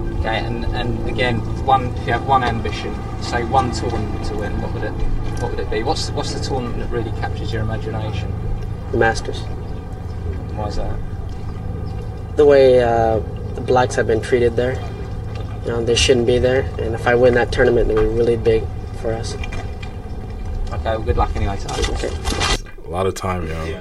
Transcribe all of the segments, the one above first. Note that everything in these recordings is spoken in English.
Okay, and, and again, one if you have one ambition, say one tournament to win, what would it what would it be? What's what's the tournament that really captures your imagination? The Masters. Why is that? The way uh, the blacks have been treated there, you know, they shouldn't be there. And if I win that tournament, it'll be really big for us. Okay, well, good luck anyway to us. Okay. A lot of time, yo.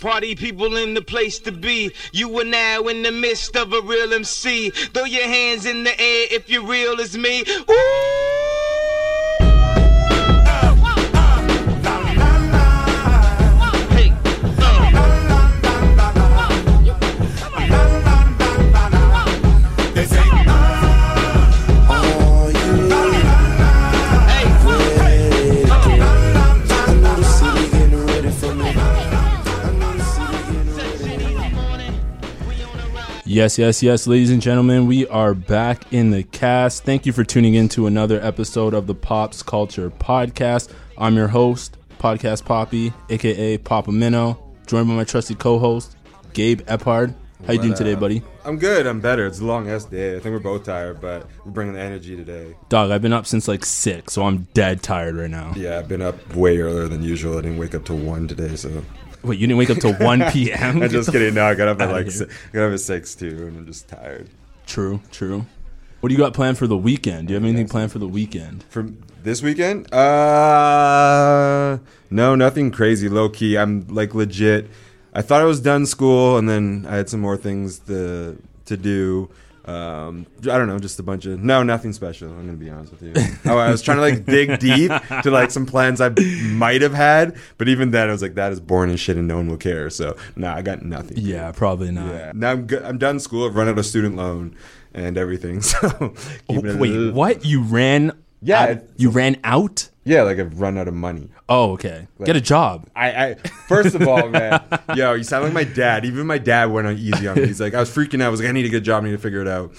Party people in the place to be. You are now in the midst of a real MC. Throw your hands in the air if you're real as me. Ooh. Hey, Yes, yes, yes, ladies and gentlemen, we are back in the cast. Thank you for tuning in to another episode of the Pops Culture Podcast. I'm your host, Podcast Poppy, aka Papa Minnow, joined by my trusty co-host, Gabe Ephard. How you doing today, buddy? I'm good. I'm better. It's a long S day. I think we're both tired, but we're bringing the energy today. Dog, I've been up since like six, so I'm dead tired right now. Yeah, I've been up way earlier than usual. I didn't wake up till one today, so Wait, you didn't wake up till one p.m. I'm just kidding. No, I got up at Outta like here. si- I got up at six too, and I'm just tired. True, true. What do you got planned for the weekend? Do you have anything planned for the weekend? From this weekend? Uh, no, nothing crazy. Low key. I'm like legit. I thought I was done school, and then I had some more things to to do. Um, I don't know, just a bunch of no, nothing special. I'm gonna be honest with you. Oh, I was trying to like dig deep to like some plans I might have had, but even then, I was like, that is boring as shit, and no one will care. So, nah, I got nothing. Yeah, probably not. Yeah. Now I'm good. I'm done school. I've run out of student loan and everything. So, Oh, keeping it a wait, little- what? You ran? Yeah, out- it's- you ran out? Yeah, like I've run out of money. Oh, okay. Get a job. I, I first of all, man, yo, you sound like my dad. Even my dad went on easy on me. He's like, I was freaking out. I was like, I need a good job. I need to figure it out.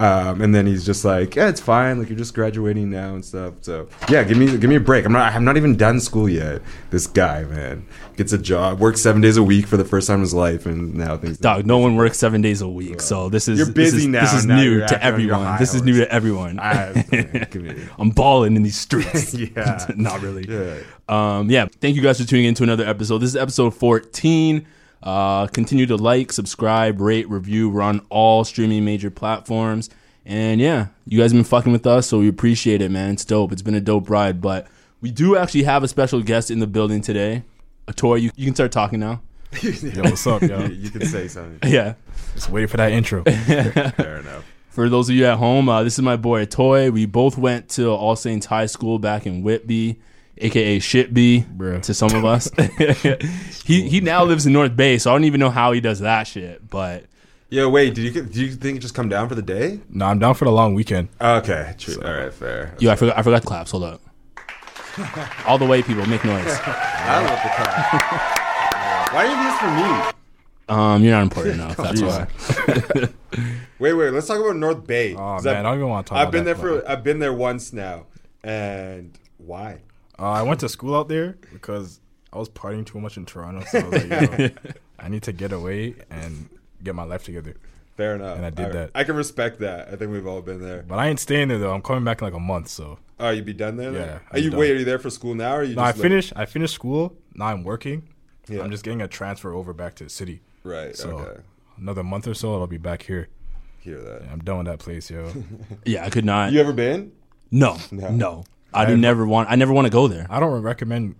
Um, and then he's just like, Yeah, it's fine. Like you're just graduating now and stuff. So yeah, give me give me a break. I'm not I'm not even done school yet. This guy, man, gets a job, works seven days a week for the first time in his life, and now things. Dog, no one works seven days a week, so this is You're this is- busy now, This is now new you're to acting on your everyone. high This is new to everyone. I- man, Ah, give me- I'm balling in these streets. Yeah. not really. Yeah. Um, yeah. Thank you guys for tuning in to another episode. This is episode 14. Uh, continue to like, subscribe, rate, review. We're on all streaming major platforms. And yeah, you guys have been fucking with us, so we appreciate it, man. It's dope. It's been a dope ride. But we do actually have a special guest in the building today. Ator, you, you can start talking now. Yo, what's up, yo? you can say something. Yeah. Just waiting for that intro. Fair enough. For those of you at home, uh, this is my boy Toy. We both went to All Saints High School back in Whitby, aka Shitby, Bruh. to some of us. he he now lives in North Bay, so I don't even know how he does that shit. But Yo, wait. Did you get- do you think you just come down for the day? No, I'm down for the long weekend. Okay, true. All right, fair. yo, I forgot I forgot claps. Hold up, all the way, people, make noise. I love the car. Why are you this for me? Um, you're not important enough. That's why. Wait, wait. Let's talk about North Bay. Aw, 'Cause Oh, man, I've- I don't even wanna talk I've about been that there for. I've been there once now, and why? Uh, I went to school out there because I was partying too much in Toronto, so I was like, yo, I need to get away and get my life together. Fair enough. And I did All right. that. I can respect that. I think we've all been there. But I ain't staying there though. I'm coming back in like a month, so Oh, you be done there? then? Yeah, Are I'm you done. wait? Are you there for school now? Or are you? no, I just like- finished. I finished school. Now I'm working. Yeah. I'm just getting a transfer over back to the city. Right, So okay. another month or so, I'll be back here. Hear that? Yeah, I'm done with that place, yo. Yeah, I could not. You ever been? No, no, I do never want. I never want to go there. I don't recommend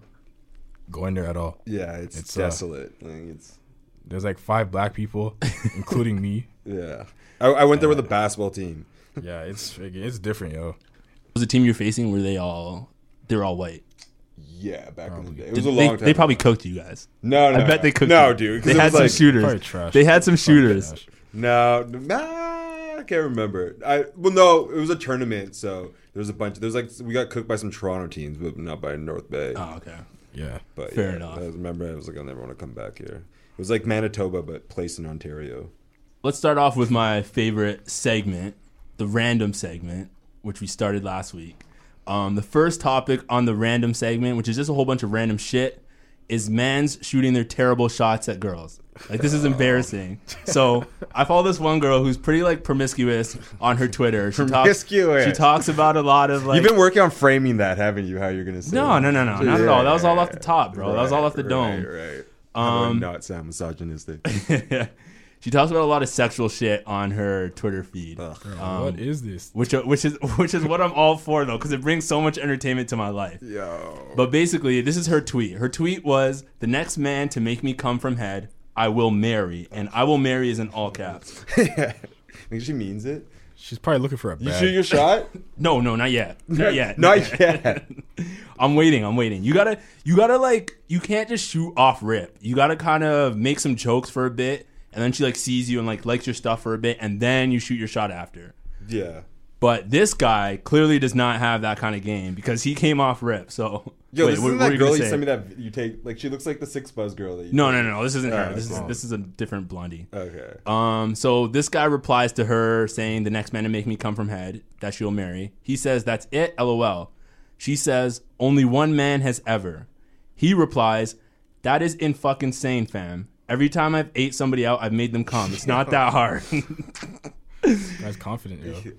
going there at all. Yeah, it's, It's, uh, desolate. like it's There's like five black people, including me. yeah. I, I went there with a basketball team. Yeah, it's it's different, yo. Was the team you're facing? Were they all? they were all white. Yeah, back in the day, it was They- a long they, time. they probably ago. cooked you guys. no, Oh, no, I bet no. they cooked. No, you. dude, 'cause they it had was some like- Probably shooters. trash. They had some shooters. trash. No, nah, I can't remember. I well, no, it was a tournament, so there was a bunch. There was like we got cooked by some Toronto teams, but not by North Bay. Oh, okay. Yeah, but fair yeah, enough. I remember, I was like, I'll never want to come back here. It was like Manitoba, but placed in Ontario. Let's start off with my favorite segment, the random segment, which we started last week. Um, the first topic on the random segment, which is just a whole bunch of random shit, is men's shooting their terrible shots at girls. Like this is embarrassing. So I follow this one girl who's pretty like promiscuous on her Twitter. She Talks, Promiscuous. she talks about a lot of like You've been working on framing that, haven't you? How you're gonna say? no, it. no, no, no, not at all. That was all off the top, bro. that was all Right, off the right, dome. Um, Right. How do I not sound misogynistic. she talks about a lot of sexual shit on her Twitter feed. what is this? which uh, which is which is what I'm all for though, because it brings so much entertainment to my life. Yo, But basically, this is her tweet. Her tweet was, "The next man to make me come from head, I will marry," and "I will marry" is in all caps. think she means it. She's probably looking for a You bag. shoot your shot? No, no, not yet, not yet, Not yet. I'm waiting. I'm waiting. You gotta, you gotta like, you can't just shoot off rip. You gotta kind of make some jokes for a bit, and then she like sees you and like likes your stuff for a bit, and then you shoot your shot after. yeah. But this guy clearly does not have that kind of game because he came off rip. So Yo, Wait, this what- isn't what were that gonna girl you say? sent me that you take. Like, she looks like the six buzz girl that you. No, no, no. This isn't her. Alright, This is cool. this is a different blondie. Okay. Um, so this guy replies to her saying, "The next man to make me come from head that she'll marry." He says, "That's it, lol." She says, "Only one man has ever." He replies, "That is in fucking sane, fam. Every time I've ate somebody out, I've made them come. It's not that hard." That's confident, yo.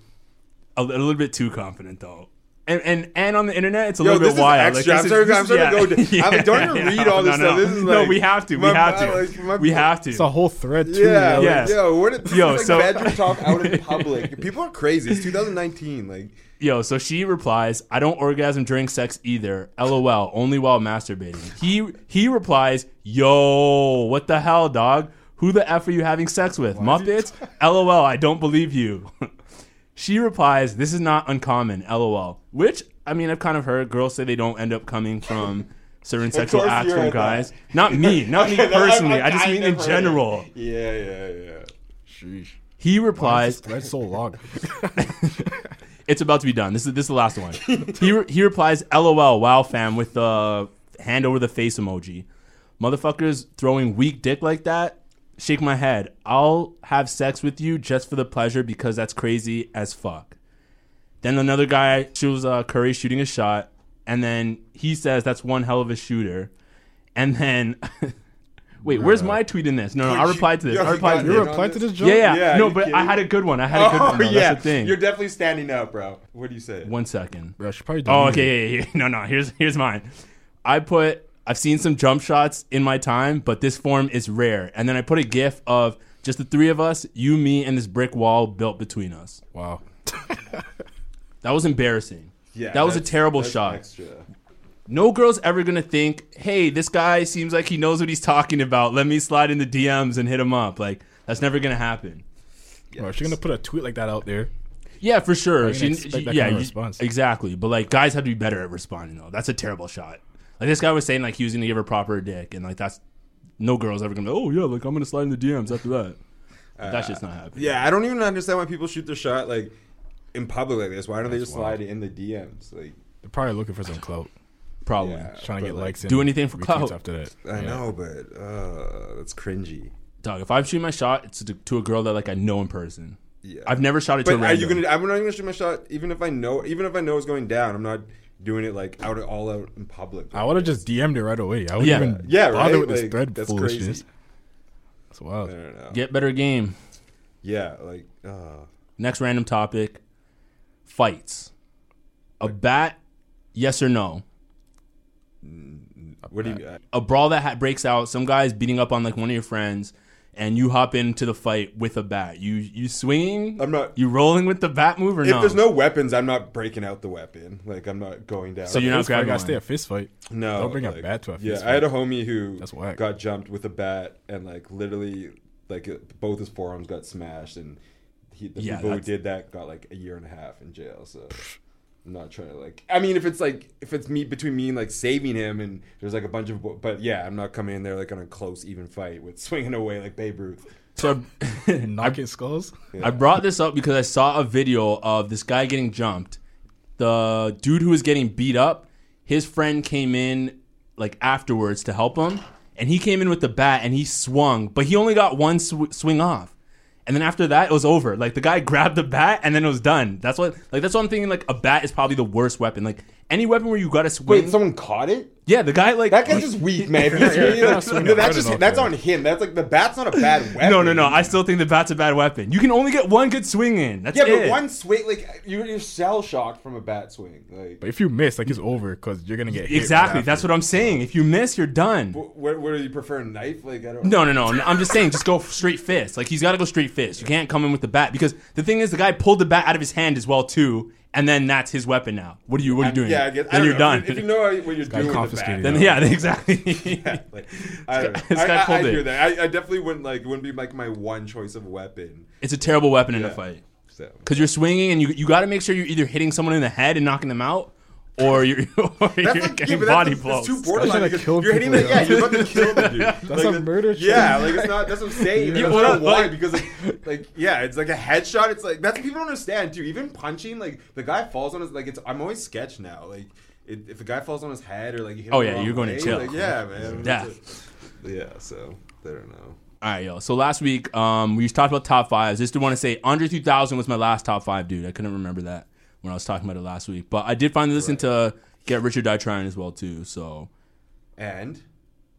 a, a little bit too confident though. And, and and on the internet, it's a Yo, little this bit is wild. extra. I'm sorry, I'm sorry to go to- I'm like, don't even read all this no, stuff. No. This is no, like- we have to. We my- have my- to. like, my- we have to. It's a whole thread too. Yeah, yo. like, Yes. yo, what is, Yo, yo, like so- bedroom talk out in public. People are crazy. It's 2019. Like, Yo, so she replies, "I don't orgasm during sex either. LOL, only while masturbating." He he replies, "Yo, what the hell, dog? Who the f are you having sex with, Muppets? LOL, I don't believe you." she replies, "This is not uncommon. LOL." Which I mean, I've kind of heard girls say they don't end up coming from certain sexual course acts you from heard that. guys. Not me, not me Okay, no, I- personally. I, I- just I mean in never- general. yeah, yeah, yeah. He replies, Thread so long. it's about to be done. This is this is the last one. he re- he replies, "LOL, wow, fam," with the hand over the face emoji. Motherfuckers throwing weak dick like that. Shake my head. I'll have sex with you just for the pleasure because that's crazy as fuck. Then another guy shows uh, Curry shooting a shot, and then he says that's one hell of a shooter. And then, wait, where's my tweet in this? No, no, I replied to this. Yo, I you replied to got it. You this. You're a- replied to this joke? Yeah, yeah, Yeah, no, you but I kidding? had a good one. I had a good one. though. That's the thing. Oh, You're definitely standing up, bro. What do you say? one second. Bro, she probably Oh, deleted it. okay. Yeah, yeah, yeah. No, no. Here's here's mine. I put. I've seen some jump shots in my time, but this form is rare. And then I put a GIF of just the three of us, you, me, and this brick wall built between us. Wow. That was embarrassing. Yeah, that was a that's- terrible that's shot. Extra. No girl's ever gonna think, "Hey, this guy seems like he knows what he's talking about. Let me slide in the DMs and hit him up." Like that's never gonna happen. Bro, she's gonna put a tweet like that out there. Yeah, for sure. didn't She, expect she- that yeah, kind of you- response. exactly. But like, guys have to be better at responding though. That's a terrible shot. Like this guy was saying, like he was gonna give her proper dick, and like that's no girls ever gonna. be, Oh yeah, like I'm gonna slide in the DMs after that. that shit's not happening. Uh, Yeah, I don't even understand why people shoot their shot like in public like this. Why don't they just slide it in the DMs? Like, They're probably looking for some clout. probably. Yeah. Trying to get But, like, likes and do anything for retweets clout. after that. I know, but uh, that's cringy. Dog, if I'm shooting my shot, it's to, to a girl that like I know in person. Yeah. I've never shot it to a But are you random. gonna? I'm not even gonna shoot my shot, even if I know, even if I know it's going down. I'm not doing it like out all out in public. I would have just DM'd it right away. I wouldn't Yeah. even yeah, right. bother with Like, this thread that's foolishness. crazy. That's wild. I don't know. Get better game. Yeah, like uh, Next random topic: fights. A bat, yes or no? what do you? Uh, Uh, a brawl that ha- breaks out, some guys beating up on like one of your friends, and you hop into the fight with a bat. You you swinging? I'm not- You rolling with the bat move or If no? there's no weapons, I'm not breaking out the weapon. Like I'm not going down. So you're not Fist fight, grabbing gotta one. stay a fist fight. No, Don't bring a like- bat to a Yeah, fist I had a fight. homie who That's whack. got jumped with a bat and like literally, like it- both his forearms got smashed, and he, the Yeah, people who that's- did that got like a year and a half in jail. So I'm not trying to like. I mean, if it's like if it's me between me and like saving him, and there's like a bunch of, but yeah, I'm not coming in there like on a close even fight with swinging away like Babe Ruth. So I- Knocking skulls. I brought this up because I saw a video of this guy getting jumped. The dude who was getting beat up, his friend came in like afterwards to help him, and he came in with the bat and he swung, but he only got one sw- swing off. And then after that, it was over. Like the guy grabbed the bat and then it was done. That's what like that's what I'm thinking. Like a bat is probably the worst weapon. Like any weapon where you got to swing. Wait, someone caught it. yeah, the guy like That guy's just weak, man. If he's really, like, swinging no, hard that's just enough, that's yeah. on him. That's like the bat's not a bad weapon. No, no, no. I still think the bat's a bad weapon. You can only get one good swing in. That's Yeah, but it. one swing, like you're, you're shell shocked from a bat swing. Like, But if you miss, like it's over because you're gonna get hit Exactly. right That's what I'm saying. If you miss, you're done. wh- where, where do you prefer a knife? Like, I don't. No, no, no. no, I'm just saying, just go straight fist. Like he's got to go straight fist. You can't come in with the bat because the thing is, the guy pulled the bat out of his hand as well too, and then that's his weapon now. What are you? What are you doing? Yeah, I guess. Then I don't you're know. done. If, you- if you know what you're doing with the bat, confiscated then yeah, exactly. like, I don't know. This guy I, I, I pulled it. hear that. I, I definitely wouldn't like. Wouldn't be like my one choice of weapon. It's a terrible weapon in a Yeah. fight So because you're swinging and you you got to make sure you're either hitting someone in the head and knocking them out, or you're, or you're getting but body that's, blows. It's too That's borderline. like because kill you're hitting the people, yeah. yeah. You're about to kill the dude. That's a murder Yeah, like it's not. That's what I'm saying. You I don't wanna, know why like- because like, like yeah, it's like a headshot. It's like that's what people don't understand too. Even punching, like the guy falls on his like it's. I'm always sketched now. Like it, if a guy falls on his head or like you hit Oh, him the yeah, wrong you're going to way, jail. Like, yeah, man. Death. Yeah. So I don't know. All right, yo. So last week, um, we just talked about top fives. Just want to say Andre 3000 was my last top five, dude. I couldn't remember that when I was talking about it last week, but I did finally listen to Get Rich or Die Trying as well too. So And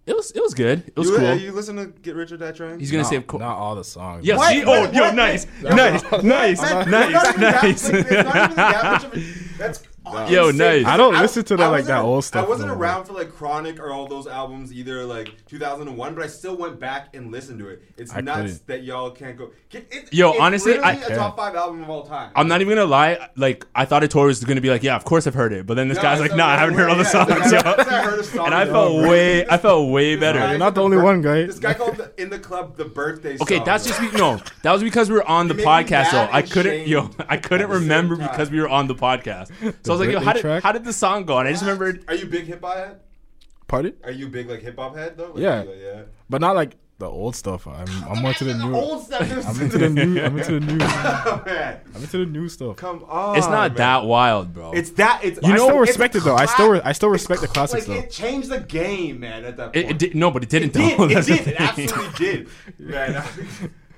it was it was good. It was you, uh, cool. you listen to Get Rich or Die Trying? He's gonna Not, save. Co- not all the songs. Yes. What? he- What? oh, yo, What? nice, nice, nice, That's nice, not even nice. That, like, it's not even that much of a, that's Yo, insane. nice. I don't I- listen to I that like that wasn't- old stuff. I wasn't no more. around for like Chronic or all those albums either, like 2001, but I still went back and listened to it. It's I nuts couldn't. that y'all can't go. Get, it, Yo, it's honestly, literally I- a top five album of all time. I'm not even gonna lie. Like I thought Ettore was gonna be like, yeah, of course I've heard it, but then this No, guy's I like, said- nah, I haven't heard all the yeah, songs, I yo. said I heard a song, And I yo, felt bro. way, I felt way Guy better. not called the only bir- one, guy. This guy called the, in the club the birthday. Okay, song. that's just be- no. That was because we were on the You make me podcast, though. mad I and couldn't, yo, ashamed I couldn't at the same remember time. because we were on the podcast. So I was like, yo, Britney how did, track? how did the song go? And I just remembered. Are you a big hip hop head? Pardon? Are you a big like hip hop head though? Like, Yeah. you go, yeah. But not like the old stuff. I'm I'm more to the new. Old stuff. I'm into the new. I'm into the new. Oh, man. I'm into the new stuff. Come on. It's not man. that wild, bro. It's that. It's You know, I still it's respect it though. I cla- still re- I still respect the Like classics though. it changed the game, man. At that point, it, it did, no, but it didn't. did. though. It That's the did. It thing. absolutely did. Man, I-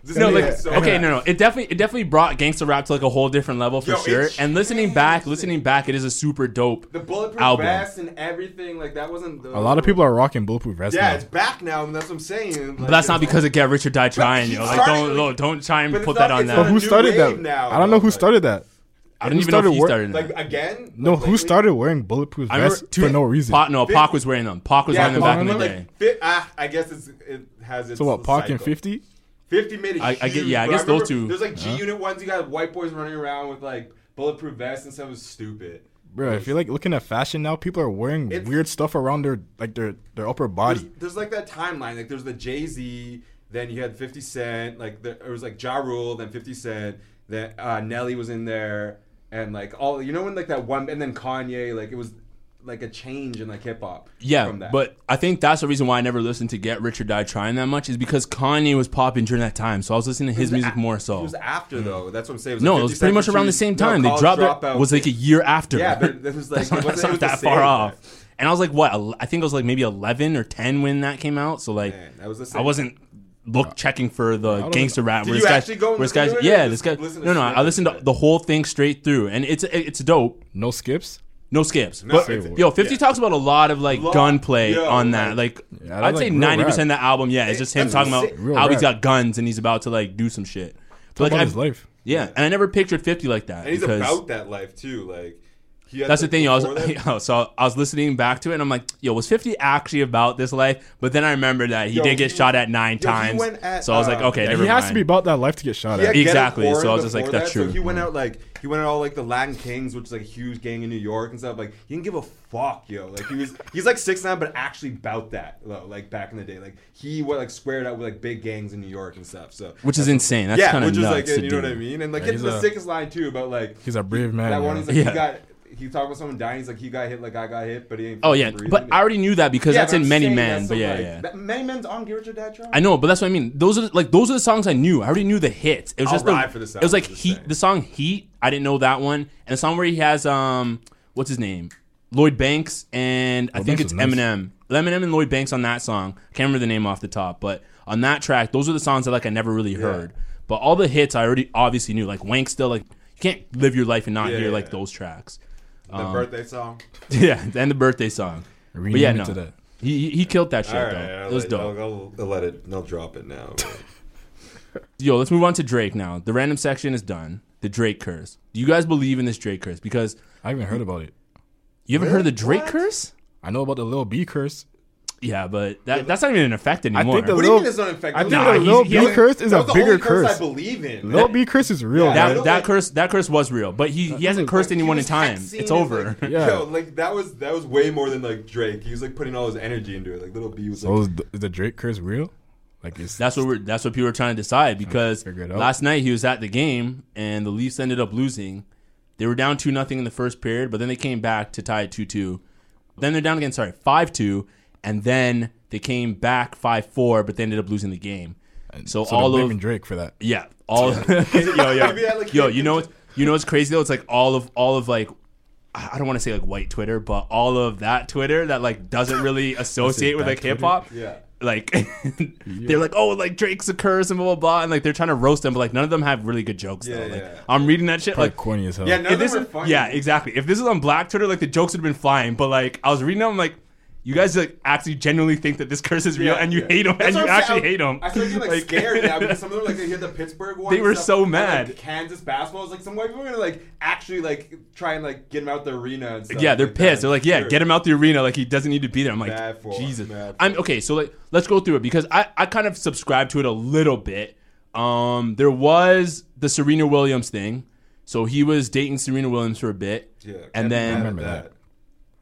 this No, man like is so okay, bad. no, no. It definitely, it definitely brought gangster rap to like a whole different level for Yo, it sure. And listening back, changed it. listening back, it is a super dope The bulletproof album. vest and everything like that wasn't. The, A lot of people are rocking bulletproof vests. Yeah, now. it's back now, and that's what I'm saying. But that's not because of Get Rich or Die Trying, yo. Like, started- don't, no, don't try and But it's put not- that on it's But not a that. who new started that? wave now, I don't know though, who like- started that. I don't who even know if started he wor- started. Like that. again. No, like, who lately- started wearing bulletproof I remember vests for no reason? Pac, no, Pac was wearing them. Pac was Yeah, wearing them back in the like, day. fi- ah, I guess it's, it has its. so what? Pac and cycle. Fifty? 50 made it I- I huge, get- yeah, I but guess those remember two- There's like G Unit ones. You got white boys running around with like bulletproof vests and stuff. It was stupid. Bro, if you're like looking at fashion now, people are wearing It's- weird stuff around their like their their upper There's, body. there's like that timeline. Like there's the Jay Z, then you had 50 Cent. Like there it was like Ja Rule, then 50 Cent. Then uh, Nelly was in there, and like all you know when like that one, and then Kanye. Like it was like a change in like hip hop. Yeah, from that. but I think that's the reason why I never listened to Get Rich or Die Trying that much is because Kanye was popping during that time, so I was listening to his It was music a- more It so. Mm. was after though. That's what I'm saying. It was No, like it was 50 pretty Cent much around the Juice- same no, time. they College dropped it Dropout. was like a year after. Yeah, but this was, like, that's not, it wasn't- that's it not was the that far same off. time. And I was like, what? el- I think it was like maybe eleven or ten when that came out. So like, Man, that was the I same- wasn't look checking for the gangster rap. Did where you this guy's- actually go and where this listen guy's- to it or Yeah, just this guy. listen to No, no, I snippets listened of to it? the whole thing straight through, and it's it's dope. No skips. No skips. No, but, it's- yo, 50 talks about a lot of like Lot. gunplay Yo, on that. Like, Yeah, I I'd like say real 90% of rap. that album, yeah, it's just him That's talking about sick. Real how he's rap. got guns and he's about to like do some shit. But, Talk like, about I've- his life. Yeah, and I never pictured 50 like that. and he's because about that life too. Like He had That's the the thing, y'all. I before was- that? yo, so I was listening back to it, and I'm like, "Yo, was 50 actually about this life?" But then I remembered that he Yo, did get he- shot at nine yo, he times. went at, so I was like, uh, "Okay, yeah, never he mind." has to be about that life to get shot He had at. Yeah. Get It Exactly, Foreign so I was just like, before that's that, so true. Mm. he went out like he went out all like the Latin Kings, which is like a huge gang in New York and stuff. Like he didn't give a fuck, yo. Like he was he's like six nine, but actually about that. though, Like back in the day, like he went like squared out with like big gangs in New York and stuff. So which is insane. That's yeah, kind of which is nuts. like to you know do. what I mean. And like Yeah, it's he's the a- sickest line too about like He's a brave man. that yo. one. He's like Yeah. he got he talked about someone dying. He's like he got hit like I got hit, but he ain't. Oh yeah, fucking but breathing. I already knew that because Yeah, that's but in I'm many saying men. that's But so, yeah, like, yeah. Ma- Many men's on Get Rich or Die Trying. I know, but that's what I mean. Those are the, like those are the songs I knew. I already knew the hits. It was I'll just the- ride for this It was like album, just heat. saying. The song Heat. I didn't know that one. And the song where he has um, what's his name? Lloyd Banks and I think Banks it's was nice. Eminem. Eminem and Lloyd Banks on that song. Can't remember the name off the top, but on that track, those are the songs that like I never really heard. But all the hits I already obviously knew. Like Wank still like you can't live your life and not Yeah, hear yeah, like yeah. those tracks. the birthday song. yeah, and the birthday song. But Rename yeah, it no. to that. He, he- he killed that shit All though. right, I'll it was let- dope. I'll, I'll- I'll let it. I'll drop it now. yo, let's move on to Drake now. The random section is done. The Drake curse. Do you guys believe in this Drake curse? Because I haven't heard about it. you haven't heard of the Drake What? curse? I know about the little B curse. Yeah, but that, that's not even in effect anymore. think the what do you Lil- mean it's not infected? I think Nah, the he's- little he B only- curse is That a was the bigger only curse. curse. I believe in. Little B curse is real. Yeah, man. I that don't that like- curse that curse was real, but he, he hasn't cursed anyone in time. He was It's texting, over. Like, Yeah. Yo, like that was that was way more than like Drake. He was like putting all his energy into it. Like little B was So like, is the, is the Drake curse real? Like it's That's what we're that's what people are trying to decide because Figure it out. last night he was at the game and the Leafs ended up losing. They were down two nothing in the first period, but then they came back to tie it two two. Then they're down again, sorry, five two, and then they came back five four, but they ended up losing the game. So, so all they're of blaming Drake for that. yeah, all yo Maybe I yo like- yo. You know what's you know what's crazy though? It's like all of all of like I I don't want to say like white Twitter, but all of that Twitter that like doesn't really associate with bad like hip hop. Twitter? Yeah. Like they're like, oh, like Drake's a curse and blah blah blah, and like they're trying to roast them, but like none of them have really good jokes Yeah, though. Like yeah. I'm reading that shit, Like like corny as hell. yeah, none if of this them are is funny. yeah, exactly. If this is on Black Twitter, like the jokes would have been flying, but like I was reading them, like you guys like actually genuinely think that this curse is real, and you yeah. hate him, and That's you what I'm saying. actually hate him. I started getting like, scared now because some of them like they hit the Pittsburgh one. They and were stuff, so and, like, mad. Kansas basketball is like some white people are gonna like actually like try and like get him out the arena. And stuff Yeah, they're like pissed. That. They're like, yeah, Sure. get him out the arena. Like he doesn't need to be there. I'm like, Bad form, Jesus. bad I'm okay. So like, let's go through it because I I kind of subscribe to it a little bit. Um, there was the Serena Williams thing. So he was dating Serena Williams for a bit, Yeah, can't and be then mad at that.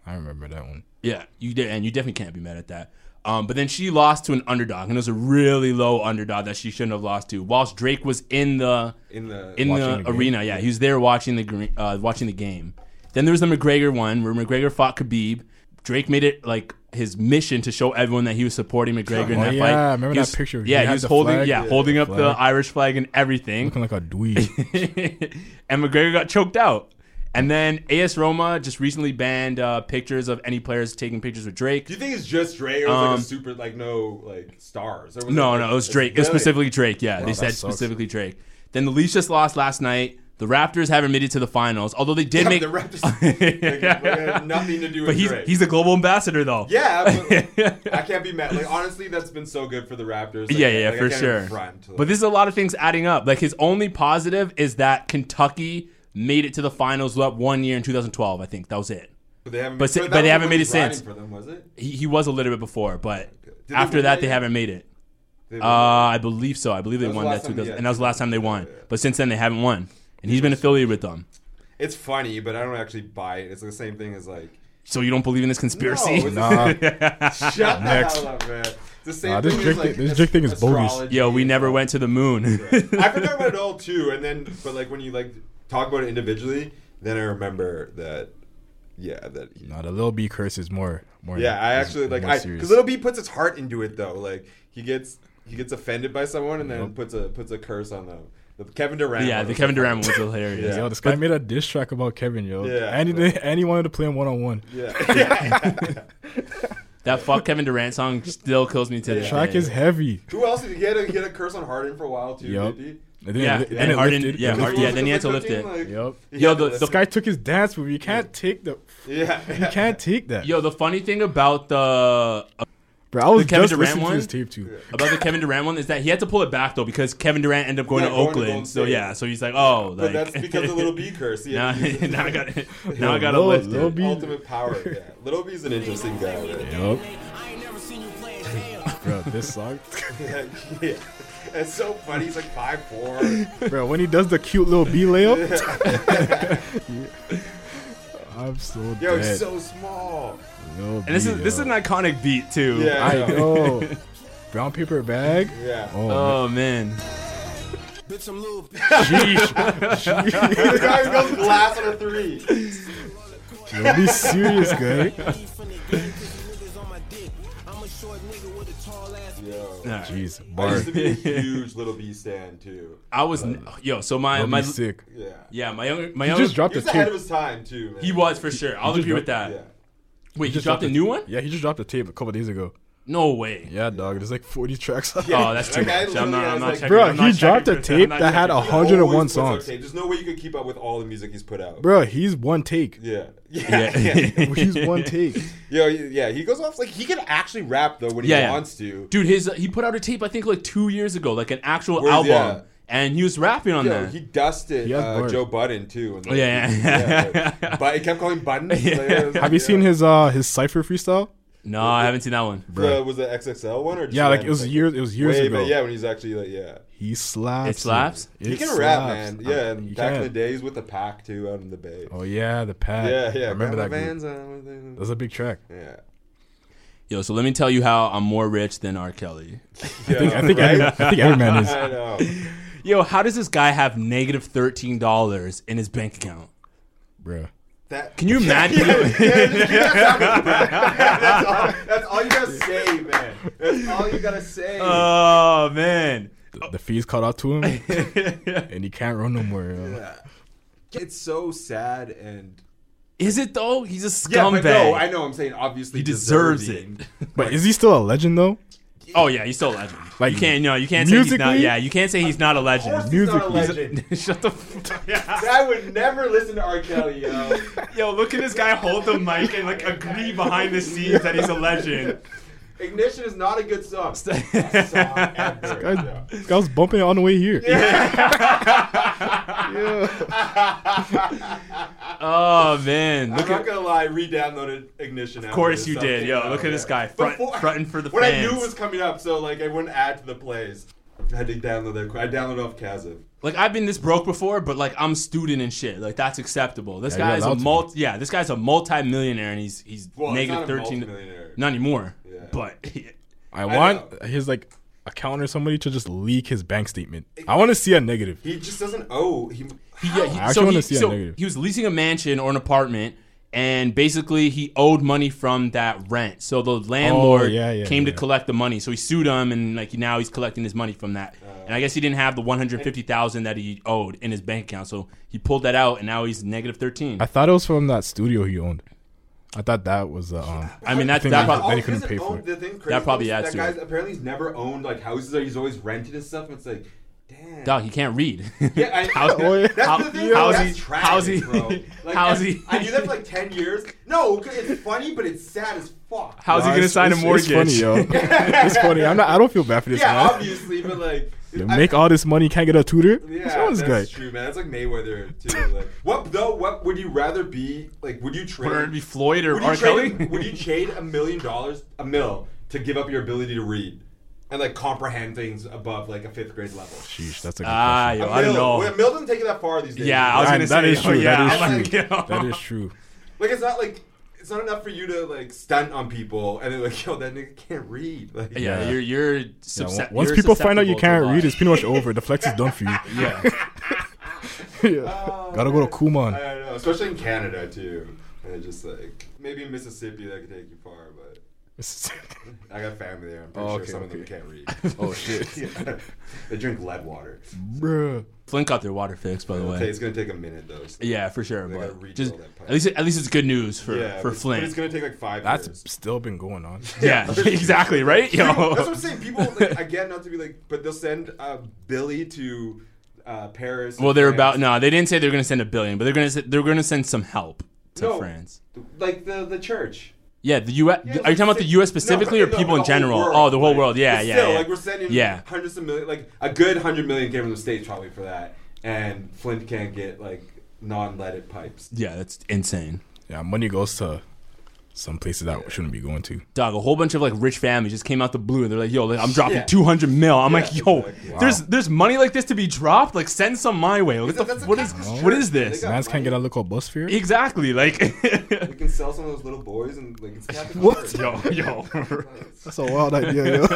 I remember that one. yeah, you did, and you definitely can't be mad at that. Um, but then she lost to an underdog, and it was a really low underdog that she shouldn't have lost to. Whilst Drake was in the in the in Watching the, the game. arena. Yeah, he was there watching the gre- uh, watching the game. Then there was the McGregor one where McGregor fought Khabib. Drake made it like his mission to show everyone that he was supporting McGregor in Oh, that yeah, fight. I remember He that was- picture. He Yeah, he, had was the holding flag. yeah, Yeah, holding the up the flag. Irish flag and everything. Looking like a dweeb. and McGregor got choked out. And then AS Roma just recently banned uh, pictures of any players taking pictures with Drake. Do you think it's just Drake or it's like a super like no like stars? Or was Um, No, it, no, it was it's Drake. It was really- specifically Drake. Yeah, they that said sucks. specifically Drake. Then the Leafs just lost last night. The Raptors haven't made it to the finals, although they did Yeah, make the Raptors- like, had nothing to do with But he's Drake. he's a global ambassador though. Yeah, but, like, I can't be mad. Like honestly, that's been so good for the Raptors. Like, yeah, yeah, like, I for can't sure. even front. Like, but this is a lot of things adding up. Like his only positive is that Kentucky made it to the finals that one year in 2012. I think that was it. but they haven't, but si- that but they was haven't when made it he was riding since. For them, was it? He, he was a little bit before, but they after win that that they year? haven't made it. They- Uh, I believe so. I believe they was won the that last time- 2000, yeah. and that was the last time they won. But since then they haven't won, and he's been affiliated with them. it's funny, but I don't actually buy it. It's the same thing as like So you don't believe in this conspiracy? No, it's- Nah, shut the Next. hell up, man. It's the same Nah, this thing Drake as, like, thing- this as- Drake thing is bogus. astrology Yo, we and never stuff. went to the moon. I forgot about it all too, and then but like when you like talk about it individually, then I remember that. Yeah, that. nah, the little B curse is more more. Yeah, I is actually like more I serious. because Little B puts his heart into it though. Like he gets he gets offended by someone and then puts a puts a curse on them. The Kevin Durant. yeah, one the was Kevin like- Durant one was hilarious. Yo, this guy made a diss track about Kevin, yo. Yeah. and he, did, and he wanted to play him one on one. Yeah. That fuck Kevin Durant song still kills me to this Track day. is heavy. Who else did he get? A, he had a curse on Harden for a while too. Yup. Did And then, Yeah, and then and it Harden- lifted. yeah, It Harden- he? yeah, lifted. then he had to lift it. Like, Yup. he Yo, the- had to lift the it. This guy took his dance move. You can't take the. yeah. You can't take that. Yo, the funny thing about the Bro, I was The Kevin just Durant listening one? to this tape too. about the Kevin Durant one is that he had to pull it back though because Kevin Durant ended up going Yeah, to going to Oakland. Golden so State. yeah, so he's like, oh, like, But that's because of Little B curse. He now, had to use it now I to got now I got to Lil- lift Lil it. B- ultimate power. Yeah. Little B's an interesting guy. man. Yup. Bro, this sucked. yeah. It's so funny. He's like five four. He Bro, when he does the cute little B layup, I'm so Yo, dead. he's so small. Lil And this B, is this is yo. an iconic beat too. Yeah. I know. Brown paper bag. Yeah. Oh, Oh man. jeez. the guy who goes glass on a three. Yo, be serious, guy. Yo. All right. Jeez, I bar. used to be a huge Little B stand too. I was yo. So my Lil my B's sick. Yeah. yeah my younger my He younger just dropped He a was ahead of tape. his time too. Man. he was for sure. I'll just agree with that. Yeah. Wait, he just dropped a new one? Yeah, he just dropped a tape a couple days ago. No way. Yeah, dog. There's like 40 tracks. Oh, that's That too guy much. I'm literally not, I'm has, not like- checking. Bro, I'm not he checking dropped a for- I'm tape not that had checking. a He hundred and always one puts out songs. tape. There's no way you could keep up with all the music he's put out. Bro, he's one take. Yeah. Yeah. Yeah. yeah. He's one take. Yo, yeah, he goes off like he can actually rap though when he Yeah, yeah. wants to. Dude, his he put out a tape I think like two years ago, like an actual Where's- album, yeah. and he was rapping on Yo, that. he dusted He has uh, bars. Joe Budden too. And, like, yeah, yeah. like, but he kept calling Budden. Like, it was like, Have you yeah. seen his uh his cipher freestyle? no, I haven't seen that one. The, was the XXL one or just Yeah, like random, it was years. It was years way, ago. But yeah, when he's actually like yeah, He slaps. It slaps? dude. he It can rap, slaps. Uh, man. Yeah, and He back in the can. days with the pack too out in the bay. Oh yeah, the pack. yeah, yeah. I remember that. Got my Group. Vans on. That was a big track. Yeah. Yo, so let me tell you how I'm more rich than R. Kelly. I think, I think every, I think every man is. I know. Yo, how does this guy have negative thirteen dollars in his bank account? Bro. That, Can you imagine? that's, all, that's all you gotta say, man. That's all you gotta say. oh man, The fees caught out to him, and he can't run no more. yo. it's so sad and is it though? He's a scumbag. yeah, but no, I know. I'm saying obviously he deserves deserving. it. But is he still a legend though? Oh yeah, he's still a legend. Like Like, you can't no, you can't say he's not. musically? Yeah, you can't say he's not a Of course, legend. he's not a Musically. legend. Shut the. F- I would never listen to R. Kelly, yo. Yo, look at this guy hold the mic and like agree behind the scenes that he's a legend. Ignition is not a good song. Best song ever, yo. This guy was bumping it on the way here. Oh man, I'm look not at. gonna lie, re-downloaded Ignition. Of course you did, yo. Look at this guy, front- fronting for the What I knew fans. was coming up, so like I wouldn't add to the plays. I had to download that. I downloaded off Chasm. Like I've been this broke before, but like I'm student and shit. Like that's acceptable. This Yeah, you're guy's a allowed to. multi. Yeah, this guy's a multi-millionaire and he's he's Well, it's negative not a thirteen. multimillionaire. Not anymore. Yeah. But I I want his like accountant or somebody to just leak his bank statement. I want to see a negative. He just doesn't owe. He, yeah, he, actually so, wanna he, see a so negative. he was leasing a mansion or an apartment, and basically he owed money from that rent. So the landlord Oh, yeah, yeah, came to yeah. collect the money. So he sued him, and like now he's collecting his money from that. Uh, and I guess he didn't have the one hundred fifty thousand that he owed in his bank account, so he pulled that out, and now he's negative thirteen. I thought it was from that studio he owned. I thought that was. Uh, um, I mean, that- thing that he- prob- that Oh, he couldn't doesn't pay for own- it. The thing crazy probably is adds that to guy's it. apparently he's never owned like houses. That he's always rented and stuff. And it's like, damn. Dog, he can't read. Yeah, I, How- that's how- the thing. How's that's he? how's he- Bro. Like, how's I- he- I knew that for like ten years. No, it's funny, but it's sad as fuck. How's he Nah, gonna it's- sign a it's- mortgage? it's funny, yo. it's funny. I'm not. I don't feel bad for this Yeah, man. obviously, but like, They I- make all this money, can't get a tutor. What's Yeah, wrong that's with this guy? true, man. It's like Mayweather too. Like, what though? What would you rather be? Like, would you trade? Whether it be Floyd or would you R. Kelly? trade- would you trade a million dollars, a mil, to give up your ability to read and like comprehend things above like a fifth grade level? Sheesh, that's a good Ah, question. yo, A I don't mil- know. well, A mil doesn't take it that far these days. Yeah, I was That- gonna say that is oh, true. Yeah, that is I'm true. Like, yo. That is true. like it's not like it's not enough for you to like stunt on people and they're like, yo, that nigga can't read. Like, Yeah, you're you're Yeah, subse- once you're people find out you susceptible to can't read, lies. it's pretty much over. The flex is done for you. yeah. yeah. Gotta go to I Kumon. don't know, especially in Canada too. And it's just like maybe in Mississippi that could take you far, but. I got family there. I'm pretty Oh, sure okay, some of them okay. can't read. oh shit! They drink lead water. Bruh. Flink out their water fix, by the Okay, way. it's gonna take a minute though. so- Yeah, for sure. They gotta But refill just that pipe. at least at least it's good news for for yeah. but- but it's Flint. gonna take like five. years. That's still been going on. Yeah, exactly. Right. That's what Yo. I'm saying. People like, again, not to be like, but they'll send uh, Billy to uh, Paris. Well, and they're France. about no. They didn't say they're gonna send a billion, but they're gonna s- they're gonna send some help to No. France. like the the church. Yeah, the U.S. Yeah, are you like talking about the six- U.S. no, specifically no, or the people in whole general? world, Oh, the whole like, world. Yeah, but yeah, still, yeah. Like we're sending Yeah. hundreds of million, like a good hundred million came from the states probably for that, and Flint can't get like non-leaded pipes. yeah, that's insane. Yeah, money goes to some places that shouldn't be going to. Dog, a whole bunch of like rich families just came out the blue and they're like, "Yo, like, I'm dropping Yeah. 200 mil." I'm Yeah, like, "Yo, exactly. Wow. there's there's money like this to be dropped. Like, send some my way. Like, what That's- the, that's a what is capitalist what church. is They this?" got Mans can't money. get a local bus fare. Exactly. Like, We can sell some of those little boys and like it's Catholic what? yo, yo. That's a wild idea, yo.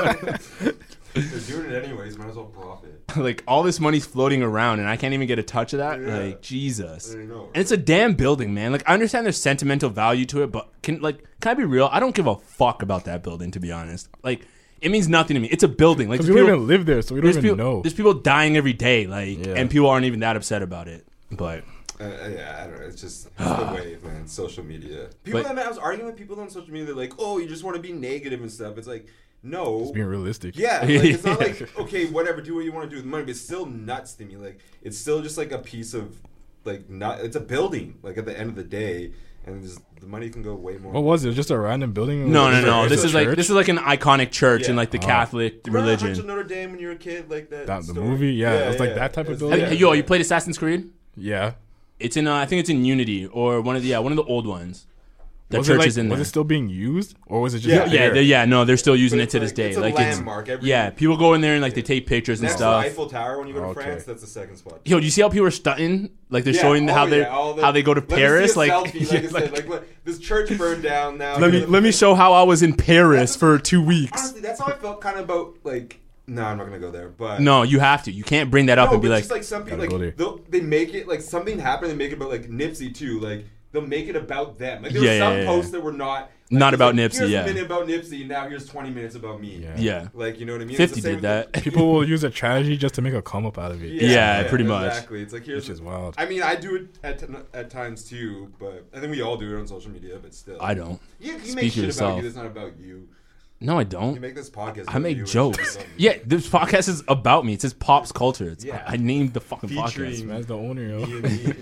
They're doing it anyways. Might as well profit. like all this money's floating around and I can't even get a touch of that. Yeah. Like Jesus. I know, And it's a damn building, man. Like I understand there's sentimental value to it, but can like can I be real? I don't give a fuck about that building to be honest. Like it means nothing to me. It's a building. Like Because there's we don't people, even live there, so we don't there's, even people, know. there's people dying every day, like Yeah. and people aren't even that upset about it. But Uh, uh, yeah, I don't know. It's just it's the wave, man. Social media. People But- that I was arguing with people on social media, they're like, "Oh, you just want to be negative and stuff." It's like, no, It's being realistic. Yeah, like, it's not like okay, whatever, do what you want to do with money, but it's still nuts to me. Like it's still just like a piece of like not. It's a building. Like at the end of the day, and there's- the money can go way more. What was it? Just a random building? no, no, It's a- no. it's This a is like church? this is like an iconic church in Yeah. like the Oh. Catholic Remember Hunch of religion. Notre Dame when you were a kid, like that. That- the story? movie? Yeah, it was like that type of It's- building? Have- Yo, you played Assassin's Creed? yeah. It's in uh, I think it's in Unity or one of the yeah one of the old ones. The was church it like, is in was there. it still being used, or was it just Yeah. there? yeah, they- yeah, no, they're still using But it it's to this like- day. it's a like landmark. it's Every- yeah, people go in there and like they take pictures and Next stuff. to Eiffel Tower, when you go to Okay. France, that's the second spot. Yo, do you see how people are stunting? Like they're Yeah, showing oh how they yeah, all the- how they go to Let me see Paris. a Like, selfie, like, yeah, I like, said, like, look, this church burned down now. let me let me show how I was in Paris for two weeks. Honestly, that's how I felt kind of about like. No, I'm not gonna go there. But No, you have to. You can't bring that up No, and be but like, just like some people, Gotta go there. like they'll- they make it like something happened. They make it about like Nipsey too. Like they'll make it about them. Like there Yeah, were yeah, some yeah, yeah. posts that were not like, Not it's about like, Nipsey, Here's yeah. a minute about Nipsey. Now here's 20 minutes about me. Yeah. yeah, Like you know what I mean? It's Fifty the same did with- that. People will use a tragedy just to make a come up out of it. Yeah, pretty much. Exactly. It's like here's Which is wild. I mean, I do it at, t- at times too, but I think we all do it on social media. But still, I don't. Yeah, you Speak make for shit about yourself. you. That's not about you. No, I You don't. make this podcast. I about make you, it's jokes. about you. Yeah, this podcast is about me. It says pops culture. It's, Yeah. I, I named the fucking podcast. Featuring- Man's the owner, yo.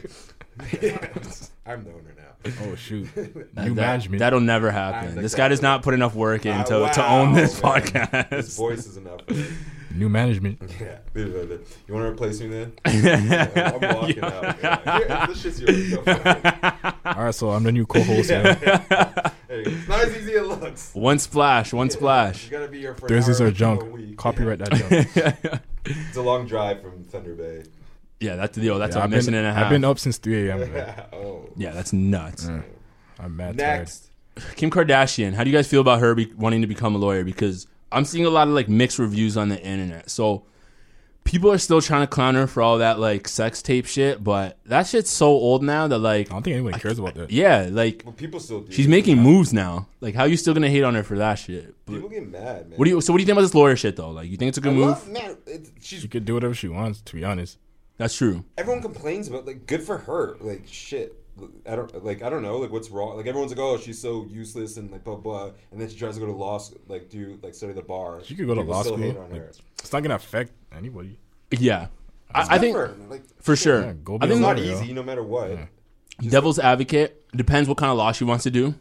I'm the owner now. Oh shoot, you That- management. That'll never I'm happen. the This guy does guy. not put enough work in Ah, to, to wow, own this man. podcast. His voice is enough. New management. Yeah. You want to replace me then? Yeah, I'm walking out. Yeah. Here, this shit's yours. Go for it. All right, so I'm the new co-host. yo. There you go. It's not as easy as it looks. One splash, one You splash. gotta be here for. an Thursdays hour are a uh, junk. week. Copyright that junk. It's a long drive from Thunder Bay. Yeah, that's yo, that's Yeah, a I've mission been, and a half. I've been up since 3 a.m. man. oh. Yeah, that's nuts. I'm mad Next. Kim Kardashian, how do you guys feel about her be- wanting to become a lawyer? Because I'm seeing a lot of like mixed reviews on the internet. So people are still trying to clown her for all that like sex tape shit, but that shit's so old now that like, tired. I don't think anyone cares about that. yeah, like Well, people still do. she's making moves now. Like, how you still gonna hate on her for that shit? But People get mad, man. what do you? So what do you think about this lawyer shit though? Like, you think it's a I good move? love, man, it, she's, She could do whatever she wants. To be honest, That's true. everyone complains about like good for her like shit I don't like I don't know like what's wrong like everyone's like oh she's so useless and like blah blah and then she tries to go to law school like do like study the bar she could go to People law still school. hate on Like, her. it's not gonna affect anybody. Yeah, I, I Good think for, her, man, like, for sure. Yeah, go I be a think it's not Yeah. easy no matter what devil's advocate depends what kind of law she wants to do.